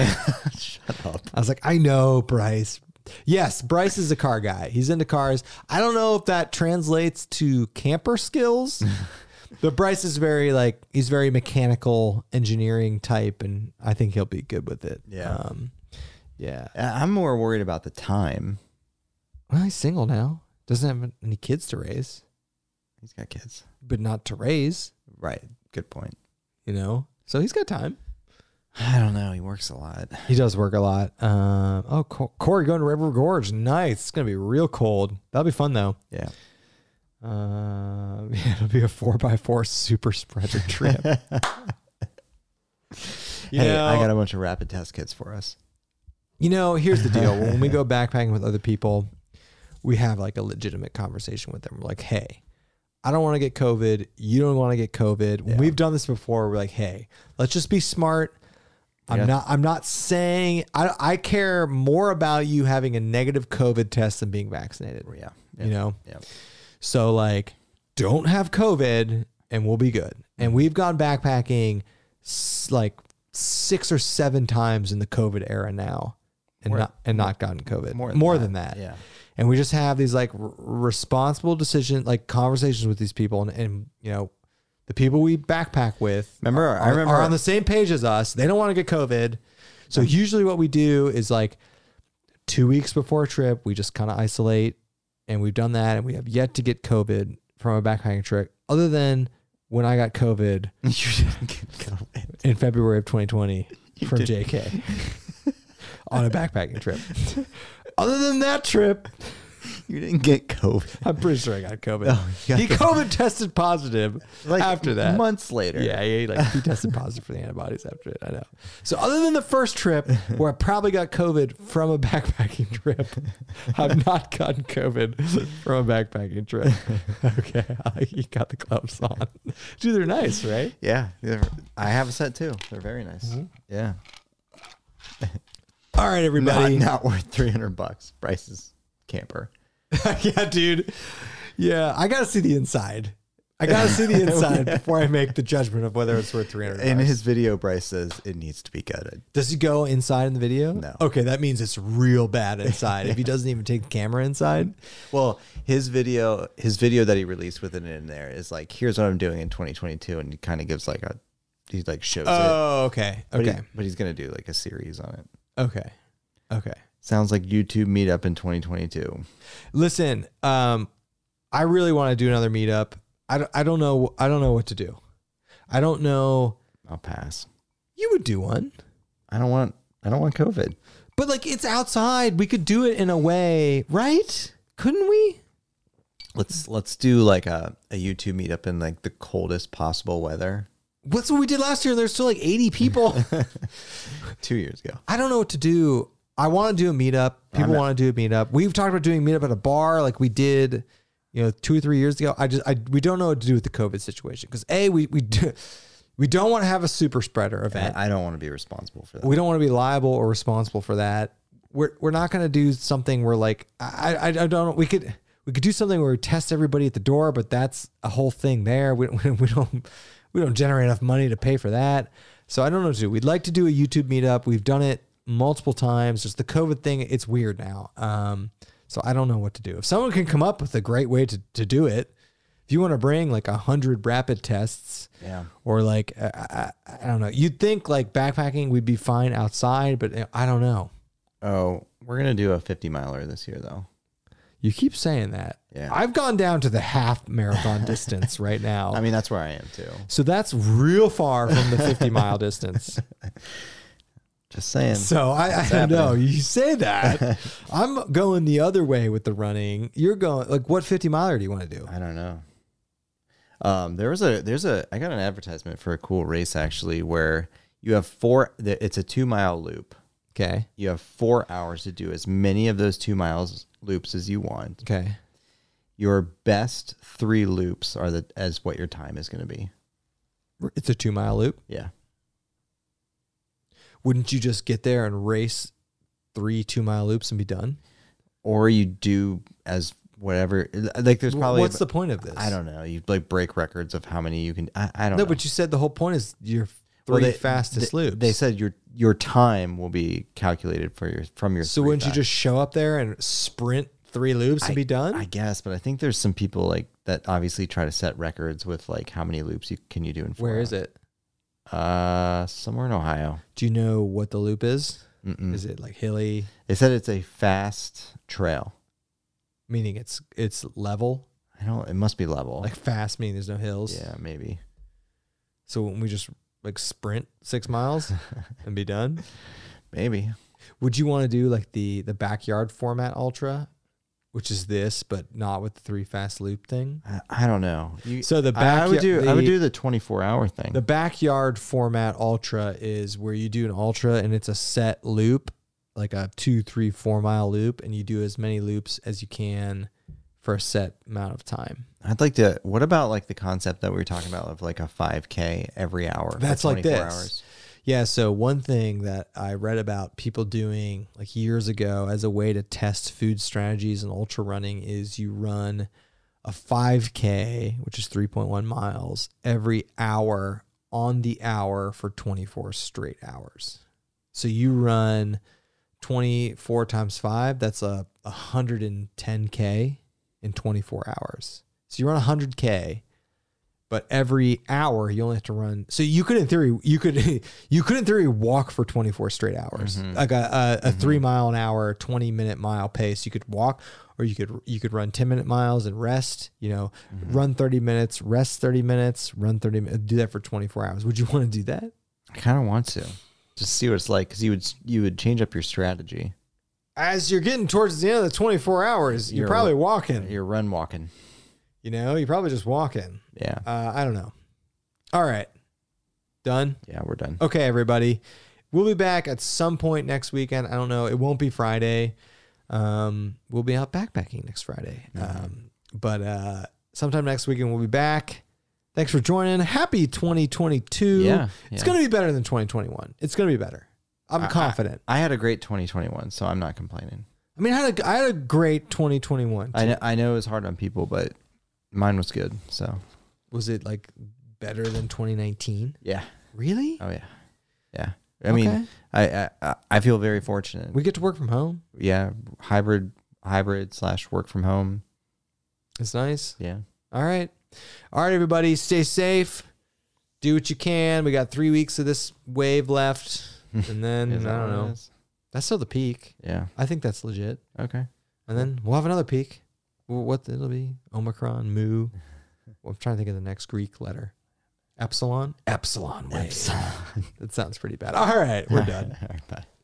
<laughs>
Shut up.
I was like, I know, Bryce. Yes, Bryce is a car guy. He's into cars. I don't know if that translates to camper
<laughs>
skills, but Bryce is very like he's very mechanical engineering type, and I think he'll be good with it.
Yeah.
Um, yeah.
I- Uh, I'm more worried about the time.
Well, he's single now. Doesn't have any kids to raise,
He's got kids.
but not to raise.
Right. Good point.
You know, so he's got time.
I don't know. He works a lot.
He does work a lot. Um, oh, Co- Corey going to River Gorge. Nice. It's gonna be real cold. That'll be fun though.
Yeah.
Um, <laughs> yeah, it'll be a four by four super spreader <laughs> trip. you,
hey,
know,
I got a bunch of rapid test kits for us.
you know, here's the deal. When
<laughs>
we go backpacking with other people, we have like a legitimate conversation with them. We're like, hey, I don't want to get COVID. You don't want to get COVID. When
Yeah.
We've done this before. We're like, hey, let's just be smart. I'm
Yeah.
not. I'm not saying I. I care more about you having a negative COVID test than being vaccinated.
Yeah.
You know,
Yep.
So like, don't have COVID and we'll be good. And we've gone backpacking s- like six or seven times in the COVID era now, and
More-
not and not gotten COVID. More than, that.
Yeah.
And we just have these like r- responsible decision, like conversations with these people, and, and you know, the people we backpack with
Remember,
are,
I remember
are on the same page as us. They don't want to get COVID. So usually what we do is like two weeks before a trip, we just kind of isolate and we've done that and we have yet to get COVID from a backpacking trip other than when I got COVID
<laughs> you didn't get COVID.
in February of 2020 from
did.
JK <laughs> on a backpacking
<laughs>
trip. other than that trip,
You didn't get COVID.
I'm pretty sure I got COVID.
Oh, you got
he COVID tested positive after that.
months later.
Yeah, yeah, like he tested positive for the antibodies after it. I know. So other than the first trip where I probably got COVID from a backpacking trip, I've not gotten COVID from a backpacking trip. Okay, <laughs> you got the gloves on. Dude, they're nice, right?
Yeah. they're- I have a set too. They're very nice.
Mm-hmm.
Yeah.
All right,
Not,
everybody.
not worth 300 bucks. Bryce's camper.
<laughs> yeah, dude. Yeah, I gotta see the inside. I gotta <laughs> see the inside before I make the judgment of whether it's worth three hundred.
In his video, Bryce says it needs to be gutted.
Does he go inside in the video?
No.
Okay, that means it's real bad inside. <laughs> If he doesn't even take the camera inside,
Well, his video, his video that he released with it in there is like, here's what I'm doing in 2022, and he kind of gives like a, he like shows it.
Oh, okay.
But he-
Okay.
but he's gonna do like a series on it.
Okay. Okay.
Sounds like YouTube meetup in 2022.
Listen, um, I really want to do another meetup. I don't, I don't know. I don't know what to do. I don't know.
I'll pass.
You would do one,
I don't want. I don't want COVID.
but like it's outside. We could do it in a way, right? Couldn't we?
Let's let's do like a, a YouTube meetup in like the coldest possible weather.
What's what we did last year? There's still like 80 <laughs> people.
Two years ago.
I don't know what to do. I want to do a meetup. People want to do a meetup. We've talked about doing a meetup at a bar, like we did, you know, two or three years ago. I just, I we don't know what to do with the COVID situation because a we <laughs> we do, we don't want to have a super spreader event.
I, I don't want to be responsible for that.
We don't want to be liable or responsible for that. We're we're not going to do something where like I, I I don't we could we could do something where we test everybody at the door, but that's a whole thing there. We <laughs> don't we don't we don't generate enough money to pay for that. So I don't know what to do. We'd like to do a YouTube meetup. We've done it multiple times. Just the COVID thing, it's weird now. Um, so I don't know what to do. If someone can come up with a great way to to do it, if you want to bring like a hundred rapid tests,
Yeah.
or like I, I, I don't know. You'd think like backpacking we'd be fine outside, but uh, I don't know.
Oh, we're gonna do a 50 miler this year though.
You keep saying that.
Yeah.
I've gone down to the half
<laughs>
marathon distance right now.
I mean, that's where I am too.
so that's real far from the 50 mile
<laughs>
distance.
Just saying.
So I, I don't know. You say
<laughs>
that. I'm going the other way with the running. You're going, like, what 50 miler do you want to do?
I don't know. Um, there was a there's a I got an advertisement for a cool race actually where you have four. It's a two mile loop.
Okay.
You have four hours to do as many of those two miles loops as you want.
Okay.
Your best three loops are the as what your time is going to be.
It's a two mile loop.
Yeah.
Wouldn't you just get there and race three two mile loops and be done?
Or you do as whatever. Like there's probably
What's the point of this?
I don't know. You like break records of how many you can. I, I don't
No,
know.
but you said the whole point is you're three
Well, they-
fastest
they,
loops.
They said your your time will be calculated for your from your.
so
three
wouldn't you
fast.
just show up there and sprint three loops and be done?
I guess, but I think there's some people like that obviously try to set records with like how many loops you can you do in. Four
Where is it?
it? Uh, somewhere in Ohio.
Do you know what the loop is?
Mm-mm.
Is it like hilly,
They said it's a fast trail.
meaning it's it's level?
I don't. It must be level.
Like fast, meaning there's no hills.
yeah, maybe.
So when we just like sprint six
<laughs>
miles and be done,
Maybe.
would you want to do like the the backyard format ultra, which is this but not with the three fast loop thing?
I, I don't know. You,
So the
I, I would
backyard-
do. I would
the-
do the 24 hour thing.
The backyard format ultra is where you do an ultra and it's a set loop, like a two, three, four mile loop, and you do as many loops as you can for a set amount of time.
I'd like to. What about like the concept that we were talking about of like a 5K every hour? for
That's like
24
this. Yeah. So one thing that I read about people doing like years ago as a way to test food strategies and ultra running is you run a 5K, which is 3.1 miles, every hour on the hour for 24 straight hours. So you run 24 times five, that's a 110K in 24 hours. So you run 100K but every hour you only have to run. So you could, in theory, you could, <laughs> you could, in theory, walk for 24 straight hours, like a, a, a three mile an hour, 20 minute mile pace. You could walk, or you could, you could run 10 minute miles and rest. You know, run 30 minutes, rest 30 minutes, run 30 minutes. Do that for 24 hours. Would you want to do that?
I kind of want to just see what it's like because you would you would change up your strategy.
As you're getting towards the end of the 24 hours, you're,
You're-
probably walking.
Your run walking.
You know, you're probably just walking.
Yeah.
Uh, I don't know. All right, done.
Yeah, we're done.
Okay, everybody. We'll be back at some point next weekend. I don't know. It won't be Friday. Um, we'll be out backpacking next Friday.
Mm-hmm.
Um, but uh, sometime next weekend, we'll be back. Thanks for joining. Happy 2022.
Yeah,
It's
yeah.
going to be better than 2021. It's going to be better. I'm
I- I-
confident.
I had a great 2021, so I'm not complaining.
I mean, I had a, I had a great 2021.
I know, I know it was hard on people, but mine was good. So
Was it like better than 2019?
yeah.
Really?
Oh yeah. Yeah. I mean,
Okay.
I, I- I I feel very fortunate.
We get to work from home.
yeah, hybrid hybrid slash work from home.
It's nice.
Yeah.
All right. All right, everybody. Stay safe. Do what you can. We got three weeks of this wave left.
<laughs>
And then, I
Is that
don't
what it
know.
is?
That's still the peak.
Yeah.
I think that's legit.
Okay.
And then we'll have another peak. Wh- What it'll be? Omicron, mu. Well, I'm trying to think of the next Greek letter. Epsilon? Epsilon wave. That sounds pretty bad. All right. We're done.
<laughs> All right, bye.